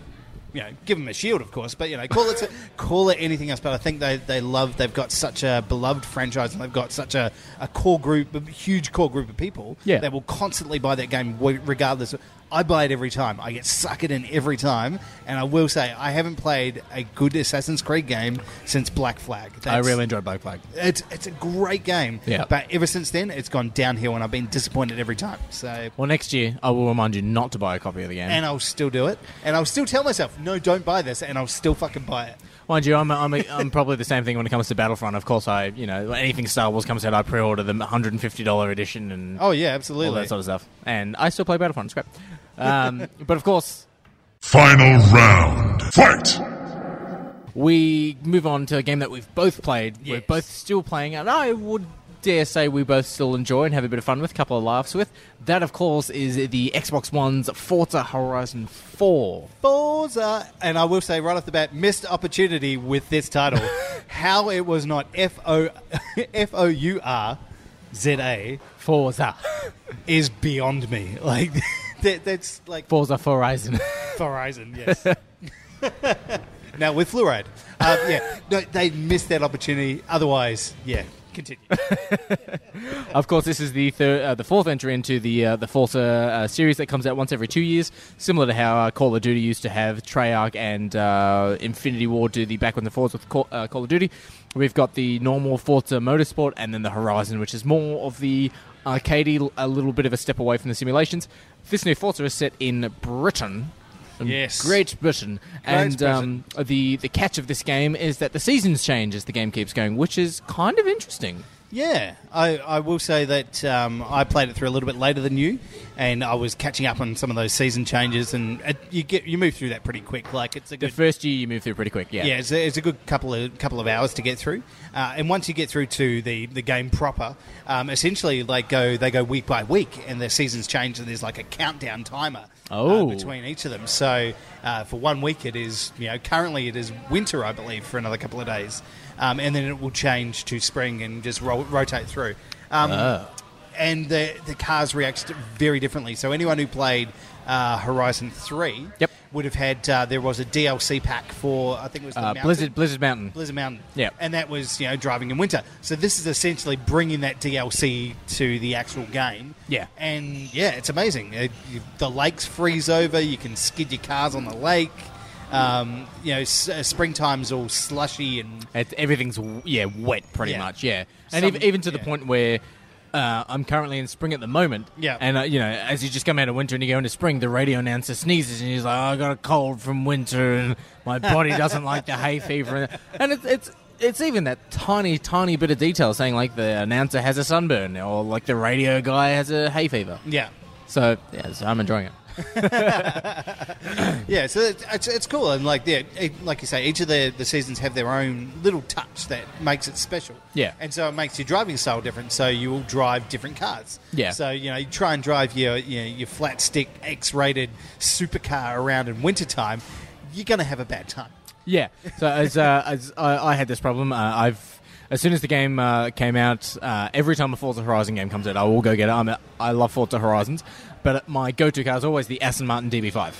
S3: You know, give them a shield, of course, but you know, call it (laughs) call it anything else. But I think they they love they've got such a beloved franchise and they've got such a, a core group, a huge core group of people
S2: Yeah.
S3: that will constantly buy that game w- regardless. of- I buy it every time. I get suckered in every time, and I will say I haven't played a good Assassin's Creed game since Black Flag.
S2: I
S3: That's-
S2: really enjoyed Black Flag.
S3: It's it's a great game,
S2: Yeah.
S3: but ever since then it's gone downhill, and I've been disappointed every time. So
S2: Well, next year I will remind you not to buy a copy of the game.
S3: and I'll still do it, and I'll still tell myself, no, don't buy this, and I'll still fucking buy it.
S2: Mind you, I'm, I'm, I'm probably the same thing when it comes to Battlefront. Of course, I, you know, anything Star Wars comes out, I pre order the $150 edition and
S3: Oh yeah,
S2: all
S3: absolutely.
S2: that sort of stuff. And I still play Battlefront, it's great. Um, (laughs) but of course,
S4: Final round. Fight!
S2: we move on to a game that we've both played. We're
S3: Yes.
S2: both still playing, and I would dare say we both still enjoy and have a bit of fun with, a couple of laughs with. That, of course, is the Xbox One's Forza Horizon 4.
S3: Forza, and I will say right off the bat, missed opportunity with this title. How it was not F O (laughs) F O U R Z A
S2: Forza.
S3: is beyond me. Like (laughs) that, that's like
S2: Forza Horizon. (laughs)
S3: Horizon, yes. (laughs) now with fluoride, uh, yeah, no, they missed that opportunity. Otherwise, yeah, continue.
S2: Of course, this is the third, uh, the fourth entry into the uh, the Forza uh, series that comes out once every two years, similar to how uh, Call of Duty used to have Treyarch and uh, Infinity War do the back when the Forza with Call, uh, Call of Duty. We've got the normal Forza Motorsport and then the Horizon, which is more of the arcadey, a little bit of a step away from the simulations. This new Forza is set in Britain. Um,
S3: Yes.
S2: Great Britain. and
S3: Britain.
S2: Um, the the catch of this game is that the seasons change as the game keeps going, which is kind of interesting.
S3: Yeah, I, I will say that um, I played it through a little bit later than you, and I was catching up on some of those season changes, and it, you get you move through that pretty quick. Like it's a
S2: The
S3: good
S2: first year you move through pretty quick,
S3: yeah, it's a, it's a good couple of couple of hours to get through, uh, and once you get through to the the game proper, um, essentially like go they go week by week, and the seasons change, and there's like a countdown timer uh,
S2: Oh.
S3: between each of them. So uh, for one week, it is you know currently it is winter, I believe, for another couple of days, um, and then it will change to spring and just ro- rotate through. Um, and the the cars react very differently. So anyone who played uh, Horizon Three
S2: Yep.
S3: would have had uh, there was a DLC pack for I think it was the
S2: Uh,
S3: Mountain-
S2: Blizzard, Blizzard Mountain.
S3: Blizzard Mountain.
S2: Yeah.
S3: And that was, you know, driving in winter. So this is essentially bringing that DLC to the actual game.
S2: Yeah.
S3: And yeah, it's amazing. It, you, the lakes freeze over, you can skid your cars on the lake. Um, you know, s- uh, springtime's all slushy and
S2: It, everything's w- yeah wet pretty
S3: Yeah.
S2: much yeah, and
S3: Some-
S2: ev even to the
S3: yeah.
S2: point where uh, I'm currently in spring at the moment.
S3: Yeah.
S2: and uh, you know, as you just come out of winter and you go into spring, the radio announcer sneezes and he's like, "Oh, "I got a cold from winter and my body doesn't like the hay fever," and it's it's. It's even that tiny, tiny bit of detail saying like the announcer has a sunburn or like the radio guy has a hay fever.
S3: yeah.
S2: So yeah, so I'm enjoying it.
S3: Yeah, so it's, it's, it's cool, and like yeah, it, like you say, each of the, the seasons have their own little touch that makes it special.
S2: Yeah.
S3: and so it makes your driving style different. So you will drive different cars.
S2: Yeah.
S3: So you know you try and drive your you know, your flat stick X rated supercar around in wintertime, you're gonna have a bad time.
S2: Yeah. So as, uh, as I, I had this problem, uh, I've as soon as the game uh, came out, uh, every time a Forza Horizon game comes out, I will go get it. I'm a, I love Forza Horizons, but my go-to car is always the Aston Martin DB5.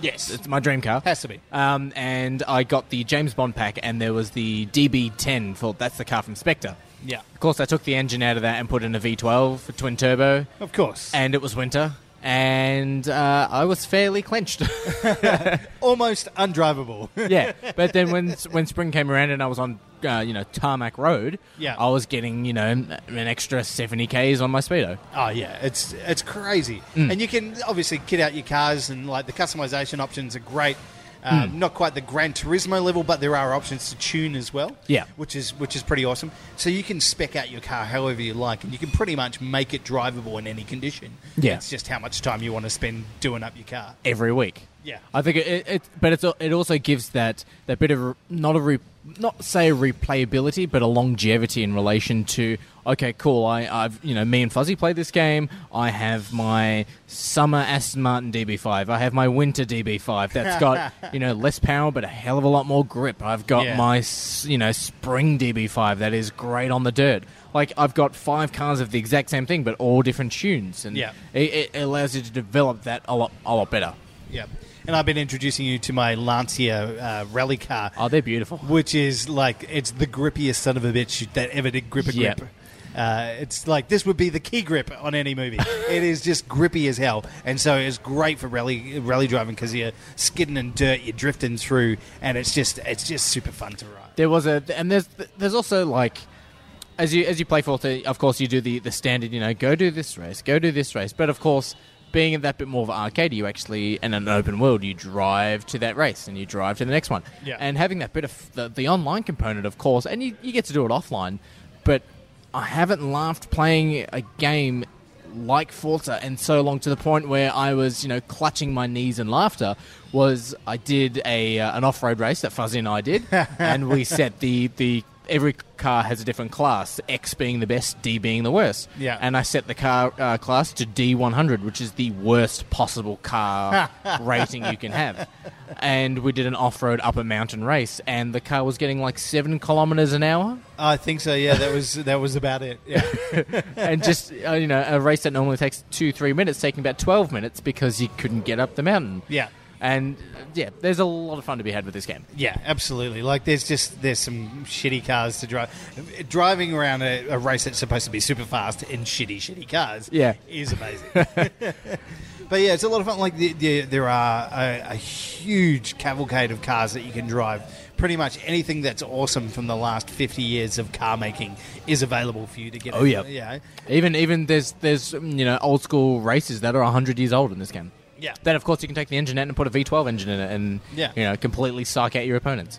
S3: Yes,
S2: It's my dream car.
S3: Has to be.
S2: Um, and I got the James Bond pack, and there was the DB10. For that's the car from Spectre.
S3: Yeah.
S2: Of course, I took the engine out of that and put in a V12, a twin turbo,
S3: of course,
S2: and it was winter, and uh, I was fairly clenched. (laughs)
S3: almost undrivable. (laughs)
S2: yeah, but then when when spring came around and I was on uh, you know tarmac road,
S3: Yeah.
S2: I was getting you know an extra seventy k's on my speedo.
S3: Oh yeah, it's it's crazy,
S2: Mm.
S3: and you can obviously kit out your cars and like the customization options are great.
S2: Mm.
S3: Um, Not quite the Gran Turismo level, but there are options to tune as well.
S2: Yeah.
S3: which is which is pretty awesome. So you can spec out your car however you like, and you can pretty much make it drivable in any condition.
S2: Yeah.
S3: it's just how much time you want to spend doing up your car.
S2: every week.
S3: Yeah.
S2: I think it, it, it but it's, al- it also gives that, that bit of re- not a re, not say replayability, but a longevity in relation to okay, cool. I, I've you know me and Fuzzy played this game. I have my summer Aston Martin DB5. I have my winter DB5 that's
S3: (laughs)
S2: got you know less power but a hell of a lot more grip. I've got
S3: Yeah.
S2: my s- you know spring DB5 that is great on the dirt. Like I've got five cars of the exact same thing but all different tunes and
S3: Yeah.
S2: it, it allows you to develop that a lot a lot better.
S3: Yeah, and I've been introducing you to my Lancia uh, rally car.
S2: Oh, they're beautiful.
S3: which is like it's the grippiest son of a bitch that ever did grip a
S2: Yeah.
S3: grip. Uh, it's like this would be the key grip on any movie. it is just grippy as hell, and so it's great for rally rally driving because you're skidding in dirt, you're drifting through, and it's just it's just super fun to ride.
S2: There was a, and there's there's also like, as you as you play Forza, of course you do the the standard, you know, go do this race, go do this race. But of course, being in that bit more of an arcade, you actually in an open world, you drive to that race and you drive to the next one.
S3: Yeah.
S2: And having that bit of the, the online component, of course, and you, you get to do it offline, but I haven't laughed playing a game like Forza in so long to the point where I was, you know, clutching my knees in laughter. Was I did a uh, an off road race that Fuzzy and I did, and we set the the every car has a different class, X being the best, D being the worst.
S3: Yeah.
S2: and I set the car uh, class to D100, which is the worst possible car rating you can have. And we did an off road up a mountain race, and the car was getting like seven kilometers an hour.
S3: I think so. Yeah, that was that was about it. Yeah,
S2: and just uh, you know a race that normally takes two three minutes taking about 12 minutes because you couldn't get up the mountain
S3: yeah,
S2: and uh, yeah there's a lot of fun to be had with this game
S3: yeah, absolutely. Like there's just there's some shitty cars to drive. Driving around a, a race that's supposed to be super fast in shitty, shitty cars.
S2: Yeah.
S3: is amazing. (laughs) But yeah, it's a lot of fun. Like the, the, there are a, a huge cavalcade of cars that you can drive. Pretty much anything that's awesome from the last fifty years of car making is available for you to get.
S2: Oh, yeah.
S3: yeah,
S2: even even there's there's um, you know old school races that are 100 years old in this game
S3: Yeah.
S2: then of course you can take the engine out and put a v12 engine in it and
S3: Yeah.
S2: you know completely psych out your
S3: (laughs)
S2: opponents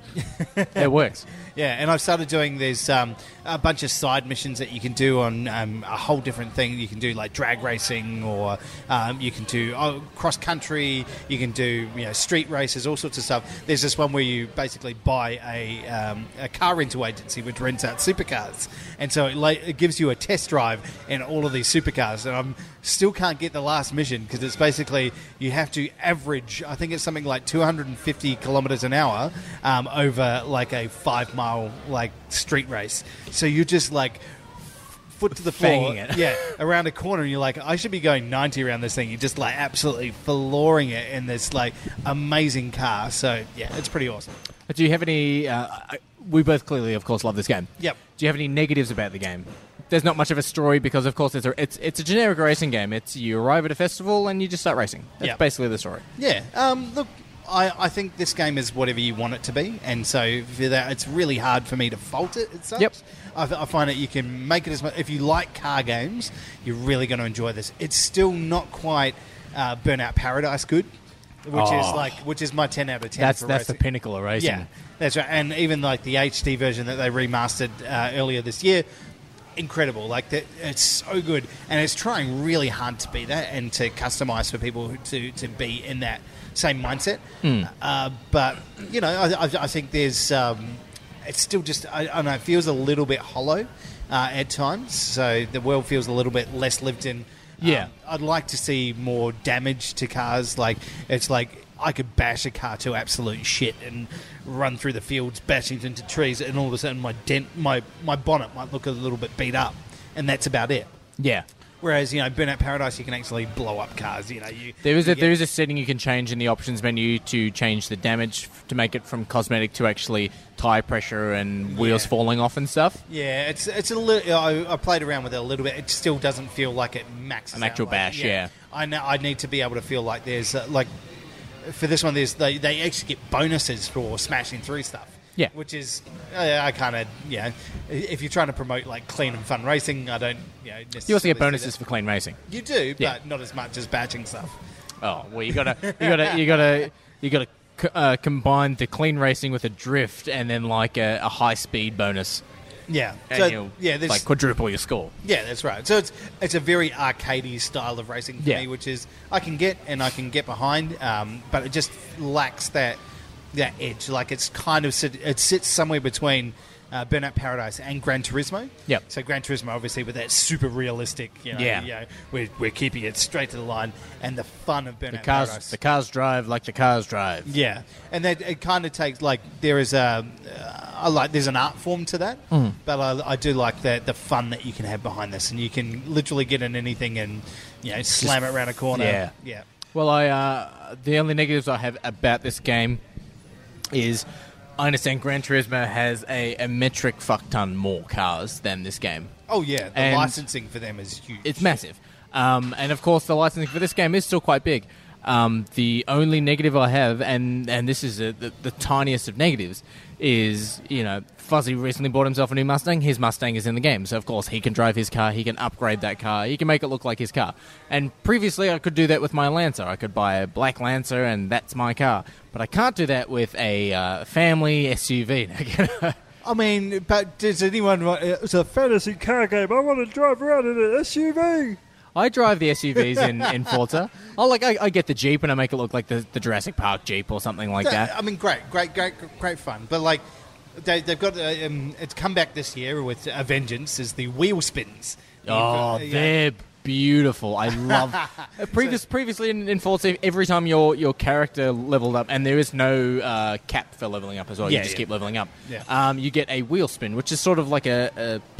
S2: it works
S3: yeah. And I've started doing there's um, a bunch of side missions that you can do on um, a whole different thing. You can do like drag racing, or um, you can do oh, cross country. You can do you know street races, all sorts of stuff. There's this one where you basically buy a um, a car rental agency which rents out supercars, and so it, la- it gives you a test drive in all of these supercars. And I'm still can't get the last mission because it's basically you have to average. I think it's something like 250 kilometers an hour um, over like a five mile like street race. So you're just like foot to the floor,
S2: Banging it.
S3: yeah, around a corner, and you're like, I should be going 90 around this thing. You're just like absolutely flooring it in this like amazing car. So yeah, it's pretty awesome.
S2: Do you have any? Uh, I- we both clearly, of course, love this game.
S3: Yep.
S2: Do you have any negatives about the game? There's not much of a story because, of course, it's a it's, it's a generic racing game. It's you arrive at a festival and you just start racing. That's
S3: Yeah.
S2: basically the story.
S3: Yeah. Um, look, I, I think this game is whatever you want it to be, and so for that, it's really hard for me to fault it. As such.
S2: Yep.
S3: I, I find that you can make it as much. If you like car games, you're really going to enjoy this. It's still not quite uh, Burnout Paradise good, which is
S2: Oh.
S3: like which is my ten out of ten.
S2: That's
S3: for
S2: that's the
S3: racing.
S2: pinnacle of racing.
S3: Yeah, that's right. And even like the HD version that they remastered uh, earlier this year, incredible. Like that, it's so good, and it's trying really hard to be that and to customize for people who- to to be in that same mindset.
S2: Hmm.
S3: Uh, but you know, I, I, I think there's um, it's still just I, I don't know. It feels a little bit hollow uh, at times. So the world feels a little bit less lived in.
S2: Yeah.
S3: Um, I'd like to see more damage to cars. Like it's like I could bash a car to absolute shit and run through the fields, bashing into trees, and all of a sudden my dent, my my bonnet might look a little bit beat up, and that's about it.
S2: Yeah.
S3: Whereas you know, Burnout Paradise, you can actually blow up cars. You know, you
S2: There is
S3: you
S2: a
S3: get-
S2: there is a setting you can change in the options menu to change the damage f- to make it from cosmetic to actually tire pressure and wheels
S3: Yeah.
S2: falling off and stuff.
S3: yeah, it's it's a little. I, I played around with it a little bit. It still doesn't feel like it maxes
S2: An actual
S3: out, like-
S2: bash, yeah.
S3: I know. I need to be able to feel like there's uh, like for this one, there's they, they actually get bonuses for smashing through stuff.
S2: Yeah.
S3: which is uh, I kind of yeah. If you're trying to promote like clean and fun racing, I don't you know.
S2: You also
S3: necessarily
S2: get
S3: see
S2: bonuses
S3: that.
S2: for clean racing.
S3: you do,
S2: Yeah.
S3: but not as much as batching stuff.
S2: Oh well, you gotta you gotta you gotta you gotta c- uh, combine the clean racing with a drift and then like a, a high speed bonus.
S3: Yeah,
S2: And
S3: so,
S2: you'll,
S3: yeah. There's
S2: like quadruple your score.
S3: Yeah, that's right. So it's it's a very arcadey style of racing for
S2: Yeah.
S3: me, which is I can get and I can get behind, um, but it just lacks that that edge. Like it's kind of sit, it sits somewhere between uh, Burnout Paradise and Gran Turismo.
S2: Yep.
S3: So Gran Turismo, obviously, with that super realistic, you know,
S2: Yeah.
S3: you know, we're, we're keeping it straight to the line, and the fun of Burnout
S2: The cars
S3: Paradise.
S2: the cars drive like the cars drive.
S3: Yeah, and that it kind of takes like there is a uh, I like there's an art form to that,
S2: Hmm.
S3: but I, I do like the the fun that you can have behind this, and you can literally get in anything and you know slam it around a corner.
S2: yeah.
S3: yeah,
S2: Well, I uh, the only negatives I have about this game is I understand Gran Turismo has a, a metric fuck ton more cars than this game.
S3: oh yeah. The
S2: And-
S3: licensing for them is huge.
S2: It's massive, um, and of course the licensing for this game is still quite big. Um, the only negative I have, and and this is a, the, the tiniest of negatives, is you know Fuzzy recently bought himself a new Mustang. His Mustang is in the game, so of course he can drive his car. He can upgrade that car. He can make it look like his car. And previously, I could do that with my Lancer. I could buy a black Lancer, and that's my car. But I can't do that with a uh, family (laughs) SUV.
S3: I mean, but does anyone? want- uh, It's a fantasy car game. I want to drive around in an SUV.
S2: I drive the SUVs in, in Forza. (laughs) I like I, I get the Jeep and I make it look like the, the Jurassic Park Jeep or something like
S3: Yeah,
S2: that.
S3: I mean, great, great, great, great fun. But like, they, they've got uh, um, it's come back this year with a vengeance is the wheel spins. uh,
S2: Oh,
S3: Yeah.
S2: they're beautiful. I
S3: (laughs)
S2: love. Previous, previously in, in Forza, every time your your character leveled up, and there is no uh, cap for leveling up as well.
S3: Yeah,
S2: you just
S3: yeah.
S2: keep leveling up.
S3: Yeah.
S2: Um, you get a wheel spin, which is sort of like a,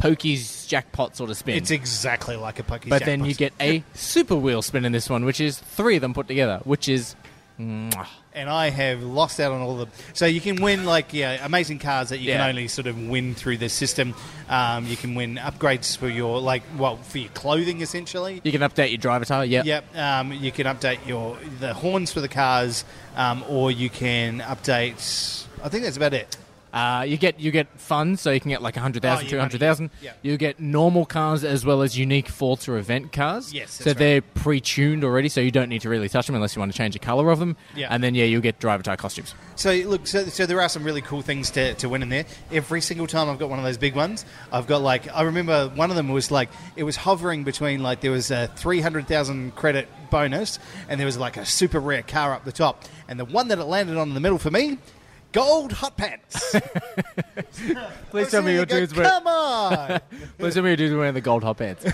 S2: a pokies jackpot sort of spin.
S3: It's exactly like a Pokey
S2: but then you get a super wheel spin in this one, which is three of them put together, which is. mwah.
S3: And I have lost out on all the. So you can win, like, yeah, amazing cars that you
S2: Yeah.
S3: can only sort of win through this system. Um, you can win upgrades for your, like, well, for your clothing, essentially.
S2: You can update your driver tire. Yep.
S3: Yep. Um, you can update your the horns for the cars, um, or you can update. I think that's about it.
S2: Uh, you get you get fun, so you can get like 100,000,
S3: Oh, yeah,
S2: 200,000.
S3: yeah.
S2: You get normal cars as well as unique Forza event cars.
S3: Yes,
S2: so
S3: that's right.
S2: they're pre-tuned already, so you don't need to really touch them unless you want to change the color of them.
S3: Yeah.
S2: and then yeah, you'll get driver tire costumes.
S3: So look, so, so there are some really cool things to, to win in there. Every single time I've got one of those big ones, I've got like I remember one of them was like it was hovering between like there was a three hundred thousand credit bonus and there was like a super rare car up the top, and the one that it landed on in the middle for me, gold hot pants.
S2: (laughs) Please
S3: Oh, So you go,
S2: (laughs)
S3: Come on!
S2: Please tell me your dude's wearing the gold hot pants.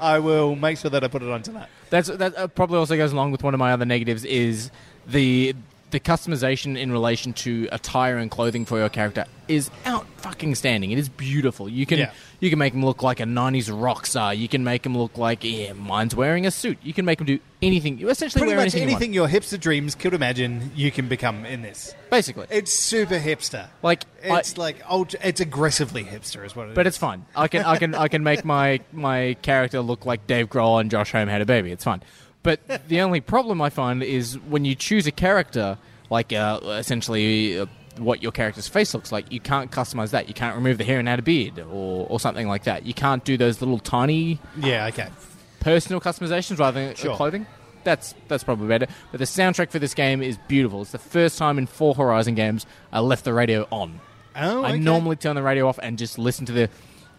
S3: I will make sure that I put it on tonight.
S2: That's that uh, probably also goes along with one of my other negatives is the the customization in relation to attire and clothing for your character is out fucking standing. It is beautiful. You can
S3: Yeah.
S2: you can make him look like a '90s rock star. You can make him look like yeah, mine's wearing a suit. You can make him do anything. You essentially
S3: Pretty
S2: wear
S3: much
S2: anything, you want,
S3: anything your hipster dreams could imagine, you can become in this.
S2: basically.
S3: It's super hipster.
S2: Like, I-
S3: it's like ultra, it's aggressively hipster is what it is.
S2: but it's fine. I can I can I can make my my character look like Dave Grohl and Josh Homme had a baby. It's fine. But the only problem I find is when you choose a character, like uh, essentially uh, what your character's face looks like, you can't customize that. You can't remove the hair and add a beard or, or something like that. You can't do those little tiny
S3: yeah, okay.
S2: personal customizations rather than uh,
S3: Sure.
S2: clothing. That's that's probably better. But the soundtrack for this game is beautiful. It's the first time in four Horizon games I left the radio on.
S3: Oh,
S2: I
S3: okay.
S2: normally turn the radio off and just listen to the.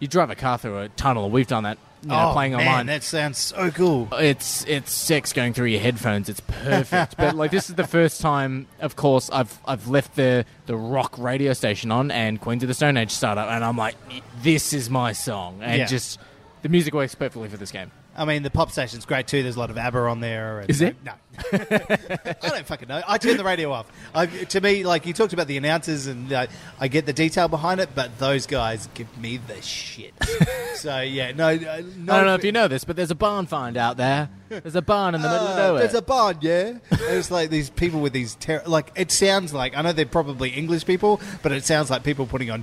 S2: You drive a car through a tunnel. We've done that. You know,
S3: oh,
S2: playing
S3: man,
S2: online.
S3: that sounds so cool.
S2: It's it's sex going through your headphones. It's
S3: (laughs)
S2: perfect. but like this is the first time, of course, I've I've left the the rock radio station on and Queens of the Stone Age started up, and I'm like, this is my song, and
S3: Yeah.
S2: just the music works perfectly for this game.
S3: I mean, the pop station's great too. There's a lot of ABBA on there. and- uh,
S2: Is there?
S3: No. (laughs) I don't fucking know. I turned the radio off. I, to me, like, you talked about the announcers and uh, I get the detail behind it, but those guys give me the shit.
S2: (laughs)
S3: so, yeah, no. Uh, no
S2: I don't know if you know this, but there's a barn find out there. There's a barn in the middle of
S3: Uh,
S2: nowhere.
S3: there's a barn, yeah. It's like these people with these ter- like it sounds like I know they're probably English people, but it sounds like people putting on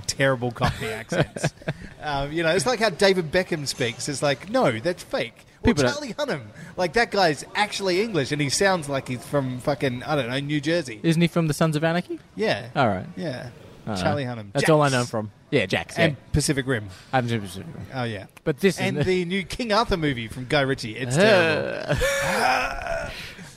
S2: (laughs)
S3: terrible Cockney accents. Um, you know, it's like how David Beckham speaks. It's like no, that's fake. Or
S2: People don't-
S3: Charlie Hunnam, like that guy's actually English, and he sounds like he's from fucking I don't know New Jersey.
S2: Isn't he from the Sons of Anarchy?
S3: yeah,
S2: All right.
S3: yeah.
S2: I don't
S3: Charlie
S2: know.
S3: Hunnam.
S2: That's all I
S3: Jax.
S2: know him from. Yeah, Jax. Yeah.
S3: And Pacific Rim.
S2: I'm just-
S3: Oh yeah.
S2: But this
S3: and
S2: is
S3: the new King Arthur movie from Guy Ritchie.
S2: (laughs)
S3: It's terrible.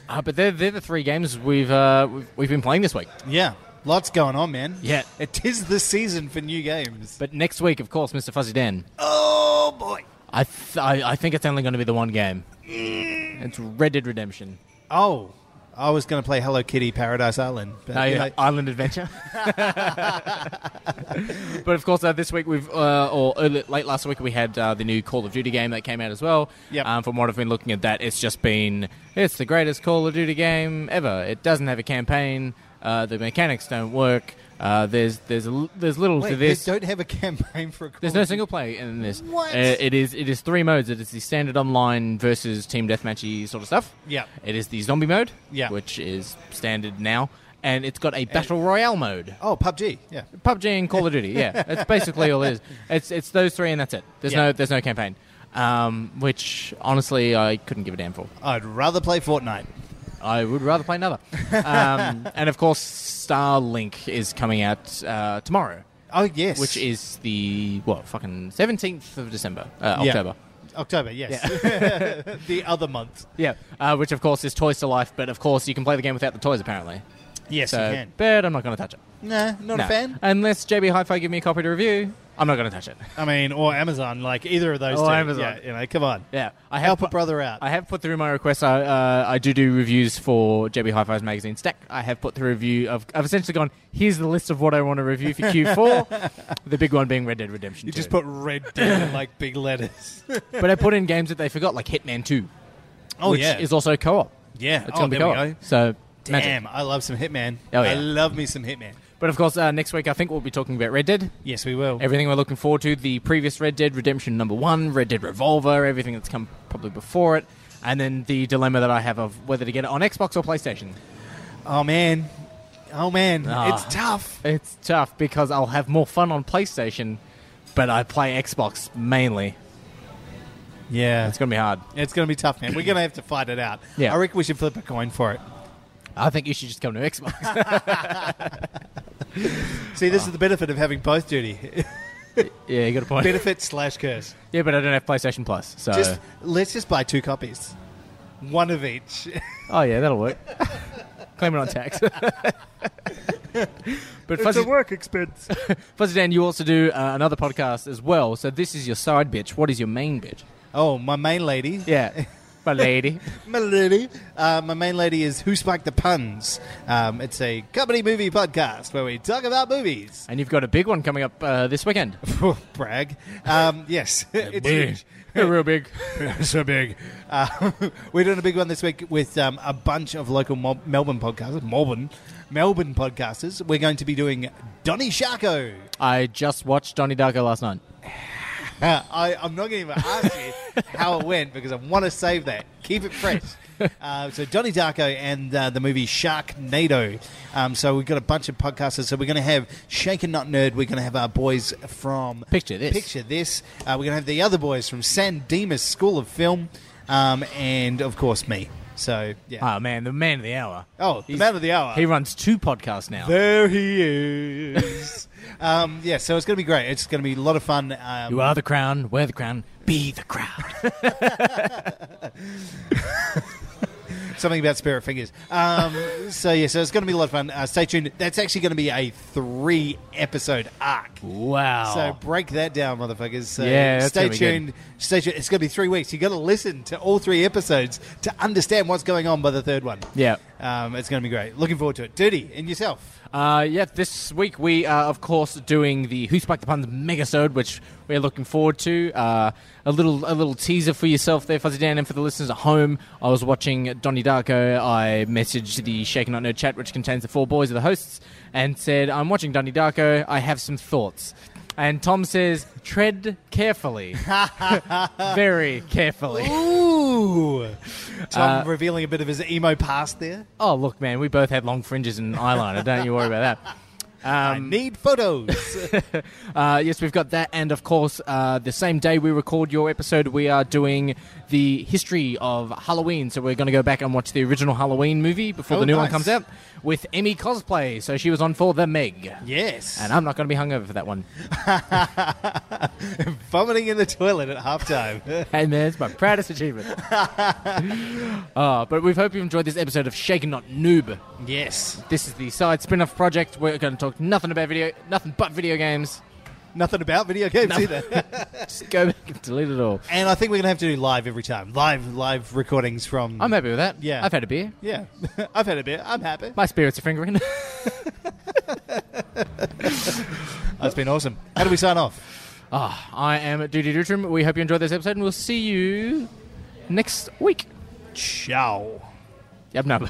S2: Uh, but they're, they're the three games we've, uh, we've we've been playing this week.
S3: Yeah. Lots going on, man.
S2: Yeah.
S3: It is the season for new games.
S2: But next week, of course, Mr. Fuzzy Dan.
S3: oh, boy.
S2: I th- I, I think it's only going to be the one game. It's Red Dead Redemption.
S3: Oh, I was going to play Hello Kitty Paradise Island. But,
S2: No,
S3: you
S2: yeah,
S3: know,
S2: Island Adventure. (laughs) but of course, uh, this week we've, uh, or early, late last week, we had uh, the new Call of Duty game that came out as well.
S3: Yep.
S2: Um, from what I've been looking at, that it's just been it's the greatest Call of Duty game ever. It doesn't have a campaign. Uh, the mechanics don't work. Uh, there's there's a l- there's little
S3: wait,
S2: to
S3: they
S2: this.
S3: don't have a campaign for a Call
S2: There's no
S3: of Duty.
S2: single play in this.
S3: What?
S2: Uh, it is it is three modes. It is the standard online versus team deathmatchy sort of stuff.
S3: Yeah.
S2: It is the zombie mode.
S3: Yeah.
S2: Which is standard now, and it's got a battle royale mode.
S3: Oh, PUBG. Yeah.
S2: PUBG and Call of Duty. (laughs) Yeah, that's basically all it is. It's it's those three and that's it. There's
S3: Yeah.
S2: no there's no campaign, um, which honestly I couldn't give a damn for.
S3: I'd rather play Fortnite.
S2: I would rather play another. (laughs) Um, and of course, Starlink is coming out uh, tomorrow,
S3: Oh, yes.
S2: which is the what fucking seventeenth of December, uh,
S3: Yeah.
S2: October.
S3: October, yes. (laughs) the other month.
S2: Yeah, uh, which of course is Toys to Life, but of course you can play the game without the toys apparently.
S3: Yes,
S2: So,
S3: you can.
S2: but I'm not going to touch it.
S3: Nah, not
S2: No.
S3: a fan.
S2: Unless JB Hi-Fi give me a copy to review, I'm not going to touch
S3: (laughs)
S2: it.
S3: I mean, or Amazon, like either of those
S2: Or
S3: two.
S2: Amazon.
S3: Yeah, you know, come on.
S2: Yeah, I have
S3: Help a
S2: put-
S3: brother out.
S2: I have put through my request. I uh, I do do reviews for JB Hi-Fi's magazine Stack. I have put through a review. I've, I've essentially gone. Here's the list of what I want to review for
S3: (laughs)
S2: Q4. the big one being Red Dead Redemption.
S3: you
S2: 2.
S3: just put red down in, like big letters.
S2: but I put in games that they forgot, like Hitman Two.
S3: (laughs) Oh,
S2: which
S3: yeah.
S2: is also co-op.
S3: yeah.
S2: It's
S3: oh,
S2: going to be
S3: there we
S2: co-op.
S3: go.
S2: So magic.
S3: Damn, I love some Hitman.
S2: Oh,
S3: I
S2: yeah.
S3: love me some Hitman.
S2: But of course, uh, next week I think we'll be talking about Red Dead.
S3: Yes, we will.
S2: Everything we're looking forward to the previous Red Dead Redemption number one, Red Dead Revolver, everything that's come probably before it, and then the dilemma that I have of whether to get it on Xbox or PlayStation.
S3: Oh man, oh man,
S2: Ah.
S3: it's tough.
S2: It's tough because I'll have more fun on PlayStation, but I play Xbox mainly.
S3: Yeah,
S2: It's going to be hard.
S3: it's going to be tough, man. We're going to have to fight it out.
S2: Yeah.
S3: I reckon we should flip a coin for it.
S2: I think you should just come to Xbox.
S3: See, this is the benefit of having both duty.
S2: yeah, you got a point.
S3: (laughs) benefit slash curse.
S2: Yeah, but I don't have PlayStation Plus, so
S3: Just let's just buy two copies, one of each. (laughs)
S2: oh yeah, that'll work. Claim it on tax. but Fuzzy,
S3: work (laughs) expense.
S2: Fuzzy Dan, you also do uh, another podcast as well. So this is your side bitch. What is your main bitch?
S3: oh, my main lady.
S2: Yeah. my lady.
S3: My lady. Uh, my main lady is Who Spiked the Puns. Um, it's a comedy movie podcast where we talk about movies.
S2: And you've got a big one coming up uh, this weekend.
S3: Brag. Um, yes, (laughs) it's huge.
S2: (laughs) Real big.
S3: so big. Uh, (laughs) we're doing a big one this week with um, a bunch of local Mo- Melbourne podcasters. Melbourne, Melbourne podcasters. We're going to be doing Donny Sharko.
S2: I just watched Donnie Darko last night.
S3: Uh, I, I'm not going to even ask you how it went because I want to save that. Keep
S2: (laughs)
S3: it fresh. Uh, so Donnie Darko and uh, the movie Sharknado. Um, so we've got a bunch of podcasters. So we're going to have Shaken Not Nerd. We're going to have our boys from
S2: Picture This.
S3: Picture This. Uh, we're going to have the other boys from San Dimas School of Film, um, and of course me. So yeah.
S2: Oh man, the man of the hour.
S3: oh, the
S2: He's-
S3: man of the hour.
S2: He runs two podcasts now.
S3: there he is. (laughs) um, yeah. So it's going to be great. It's going to be a lot of fun. Um,
S2: You are the crown, wear the crown, be the crown.
S3: something about spirit fingers. Um, (laughs) so yeah, so it's going to be a lot of fun. Uh, stay tuned. That's actually going to be a three episode arc.
S2: Wow.
S3: So break that down, motherfuckers. So
S2: Yeah, that's
S3: stay
S2: gonna be good.
S3: tuned. Stay tuned. It's going to be three weeks. You got to listen to all three episodes to understand what's going on by the third one.
S2: yeah.
S3: Um, it's going to be great. Looking forward to it. Dirty and yourself.
S2: Uh, yeah, this week we are, of course, doing the Who Spiked the Puns Megasode, which we're looking forward to. Uh, a little a little teaser for yourself there, Fuzzy Dan, and for the listeners at home. I was watching Donnie Darko. I messaged the Shaken Not Nerd chat, which contains the four boys of the hosts, and said, I'm watching Donnie Darko. I have some thoughts. And Tom says, tread carefully. (laughs) Very
S3: (laughs)
S2: carefully.
S3: Ooh,
S2: Uh,
S3: Tom revealing a bit of his emo past there.
S2: Oh, look, man, we both had long fringes and eyeliner. Don't you worry about that.
S3: I
S2: um,
S3: need
S2: (laughs)
S3: photos.
S2: Uh, yes, we've got that, and of course, uh, the same day we record your episode, we are doing the history of Halloween. So we're going to go back and watch the original Halloween movie before
S3: Oh,
S2: the new one
S3: nice.
S2: comes out with Emmy cosplay. So she was on for the Meg,
S3: yes,
S2: and I'm not going to be hungover for that one.
S3: vomiting in the toilet
S2: (laughs)
S3: at halftime.
S2: Hey man, it's my proudest achievement.
S3: (laughs)
S2: uh, but we hope you enjoyed this episode of Shaken Not Noob.
S3: yes.
S2: This is the side spin-off project. We're going to talk nothing about video, nothing but video games.
S3: Nothing about video games either.
S2: Just go back and delete it all.
S3: and I think we're gonna have to do live every time. Live, live recordings from.
S2: I'm happy with that.
S3: Yeah.
S2: I've had a beer.
S3: yeah, (laughs) I've had a bit. I'm happy.
S2: My spirits are fingering. (laughs)
S3: That's been awesome. How do we sign off?
S2: Ah, I am Duty Dutrum. We hope you enjoyed this episode, and we'll see you next week.
S3: Ciao.
S2: Yep, (laughs) no.